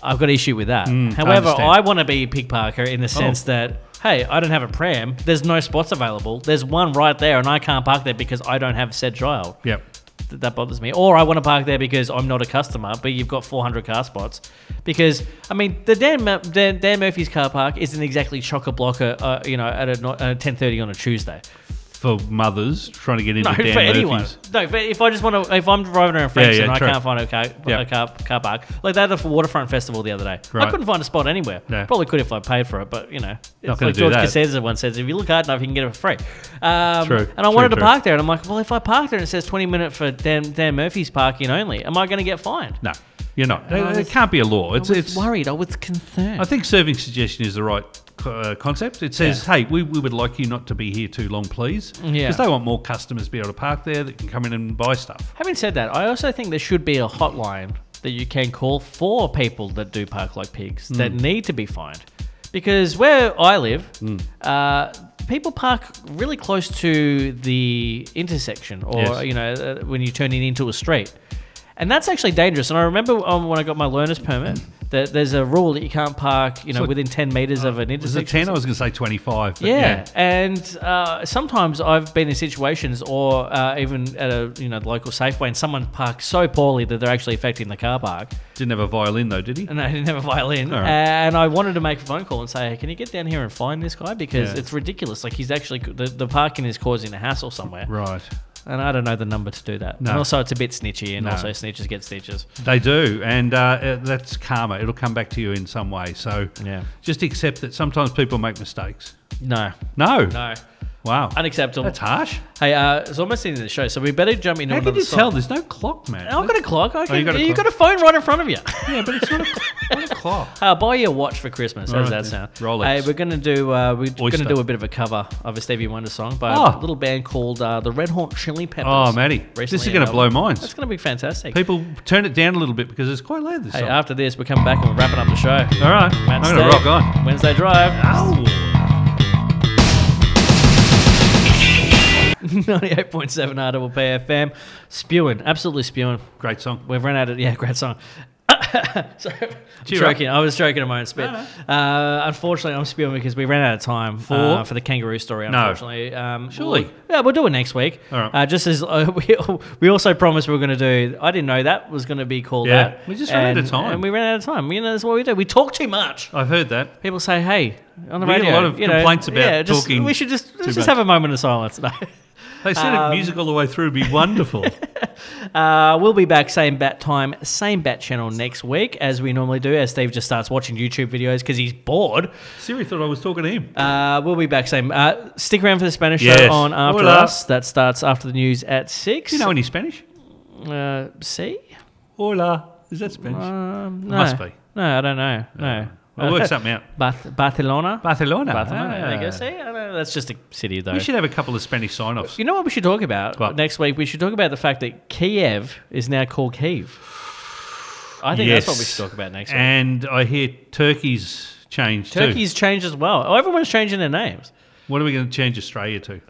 A: I've got issue with that. However,
B: Mm, understand. Oh.
A: I, want to be a pig parker in the sense that, hey, I don't have a pram. There's no spots available. There's one right there, and I can't park there because I don't have said child
B: Yep.
A: that, that bothers me. Or I want to park there because I'm not a customer, but you've got 400 car spots. Because I mean, the Dan Mur- Dan, Dan Murphy's car park isn't exactly chock a block, uh, you know, at a, no- uh 10:30 on a Tuesday.
B: For mothers trying to get into
A: No, for
B: Dan
A: anyone.
B: Murphy's.
A: No, but if I just want to, if I'm driving around Frankston
B: yeah,
A: and I
B: true.
A: can't find a car,
B: Yeah.
A: a car, car park, like they had the Waterfront Festival the other day. I
B: Right.
A: couldn't find a spot anywhere.
B: Yeah.
A: Probably could if I paid for it, but you know, it's
B: gonna
A: like
B: do
A: George
B: that.
A: Costanza once says, if you look hard enough, you can get it for free. Um,
B: True,
A: And I
B: true,
A: wanted to
B: true.
A: park there, and I'm like, well, if I park there and it says 20 minute for Dan, Dan Murphy's parking only, am I going to get fined?
B: No, you're not.
A: I
B: It,
A: was-
B: it can't be a law.
A: I
B: It's,
A: was
B: it's
A: worried. I was concerned.
B: I think serving suggestion is the right co- uh, concept. It says, hey, we, we would like you not to be here too long, please. Because
A: Yeah.
B: they want more customers to be able to park there that can come in and buy stuff.
A: Having said that, I also think there should be a hotline that you can call for people that do park like pigs that
B: Hmm.
A: need to be fined. Because where I live, uh, people park really close to the intersection or,
B: Yes.
A: you know, uh, when you're turning into a street. And that's actually dangerous. And I remember um, when I got my learner's permit that there's a rule that you can't park, you know,
B: like-
A: within 10 meters of an
B: Is
A: intersection.
B: it 10? I uh, was going to say 25. but
A: Yeah. and uh, sometimes I've been in situations, or uh, even at a you know local Safeway, and someone parks so poorly that they're actually affecting the car park. <laughs>
B: Didn't have a violin, though, did he?
A: And I didn't have a violin,
B: All right.
A: and I wanted to make a phone call and say, hey, "Can you get down here and find this guy? Because
B: Yeah.
A: it's ridiculous. Like he's actually the, the parking is causing a hassle somewhere,
B: Right.
A: and I don't know the number to do that.
B: No.
A: And also, it's a bit snitchy, and
B: No.
A: also snitches get stitches.
B: They do, and uh, uh, that's karma. It'll come back to you in some way. So
A: Yeah.
B: just accept that sometimes people make mistakes.
A: No,
B: No.
A: no,
B: Wow.
A: unacceptable.
B: That's harsh.
A: hey, uh, it's almost the end of the show, so we better jump into
B: How
A: another
B: can you
A: song.
B: tell? There's no clock, man.
A: I've got a clock. I can,
B: got a
A: you
B: clock.
A: got a phone right in front of you.
B: Oh, yeah, but it's not a, cl- not a clock.
A: Uh, buy your watch for Christmas. How does
B: Alright,
A: that
B: yeah.
A: sound?
B: Rolex.
A: Hey, we're gonna do uh, we're
B: Oyster.
A: gonna do a bit of a cover of a Stevie Wonder song by a
B: Oh.
A: little band called uh, the Red Hot Chili Peppers.
B: <laughs> Oh, Matty, this is
A: recently
B: going to
A: announced.
B: blow minds.
A: That's gonna be fantastic.
B: People turn it down a little bit because it's quite loud. This
A: hey,
B: song.
A: after this, we're coming back and we're wrapping up the show.
B: All right,
A: Matt
B: I'm going to
A: <laughs> Steve,
B: rock on.
A: Wednesday Drive.
B: Ow.
A: 98.7 Audible PFM. Spewing, absolutely spewing.
B: Great song.
A: We've run out of yeah, <laughs> great song. Sorry, I'm
B: Cheer
A: joking. I was joking at my own spit. Uh, unfortunately, I'm spewing because we ran out of time for uh, for the kangaroo story.
B: No.
A: Unfortunately, um,
B: Surely.
A: we'll- yeah, we'll do it next week.
B: All right.
A: Uh, just as <laughs> uh, we we also promised we were going to do. I didn't know that was going to be called
B: Yeah.
A: that.
B: We just ran out of
A: And-
B: time.
A: and we ran out of time. You know, that's what we do. We talk too much.
B: I've heard that.
A: People say, "Hey, on the
B: We get a
A: radio."
B: lot of
A: you know,
B: complaints about
A: yeah, just-
B: talking
A: We should just
B: too
A: let's
B: much.
A: just have a moment of silence. <laughs> No.
B: They said it music all the way through would be <laughs> wonderful.
A: Uh, we'll be back same bat time, same bat channel next week as we normally do. As Steve just starts watching YouTube videos because he's bored.
B: Siri thought I was talking to him.
A: Uh, we'll be back same. Uh, stick around for the Spanish
B: Yes.
A: show on After
B: Hola.
A: Us. That starts after the news at six.
B: Do you know any Spanish?
A: uh, see?
B: Hola. Is that Spanish?
A: Um, no.
B: Must be.
A: No, I don't know. No.
B: We'll
A: <laughs>
B: work something out.
A: Bath- Barcelona.
B: Barcelona.
A: Barcelona. There you go.
B: Ah.
A: See, I don't know. that's just a city though.
B: We should have a couple of Spanish sign offs.
A: You know what we should talk about
B: What?
A: next week? We should talk about the fact that Kiev is now called Kiev. I think that's what we
B: Yes.
A: should talk about next week.
B: And I hear Turkey's changed
A: Turkey's changed as well. Oh, everyone's changing their names.
B: too. What are we going to change Australia to?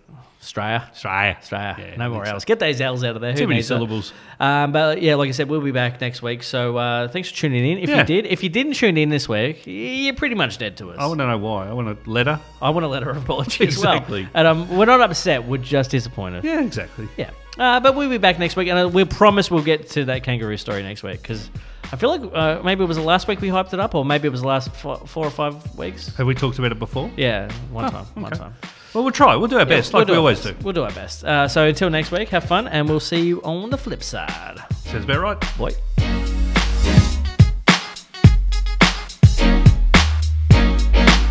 A: Australia.
B: Australia.
A: Australia.
B: Yeah, I
A: no more
B: think so.
A: L's. Get those L's out of there.
B: Too
A: Who
B: many
A: needs that?
B: syllables.
A: Um, but yeah, like I said, we'll be back next week. So uh, thanks for tuning in. If
B: Yeah.
A: you did, if you didn't tune in this week, you're pretty much dead to us.
B: I want to know why. I want a letter.
A: I want a letter of apology as
B: Exactly.
A: well. And um, we're not upset. We're just disappointed.
B: Yeah, exactly.
A: Yeah. Uh, but we'll be back next week, and uh, we promise we'll get to that kangaroo story next week because I feel like uh, maybe it was the last week we hyped it up, or maybe it was the last fo- four or five weeks.
B: Have we talked about it before?
A: Yeah, one time. One
B: okay.
A: time.
B: Well, we'll try. We'll do our best,
A: We'll
B: like we
A: our
B: always
A: best.
B: do.
A: We'll do our best. Uh, so until next week, have fun, and we'll see you on the flip side.
B: Sounds about right.
A: Boy.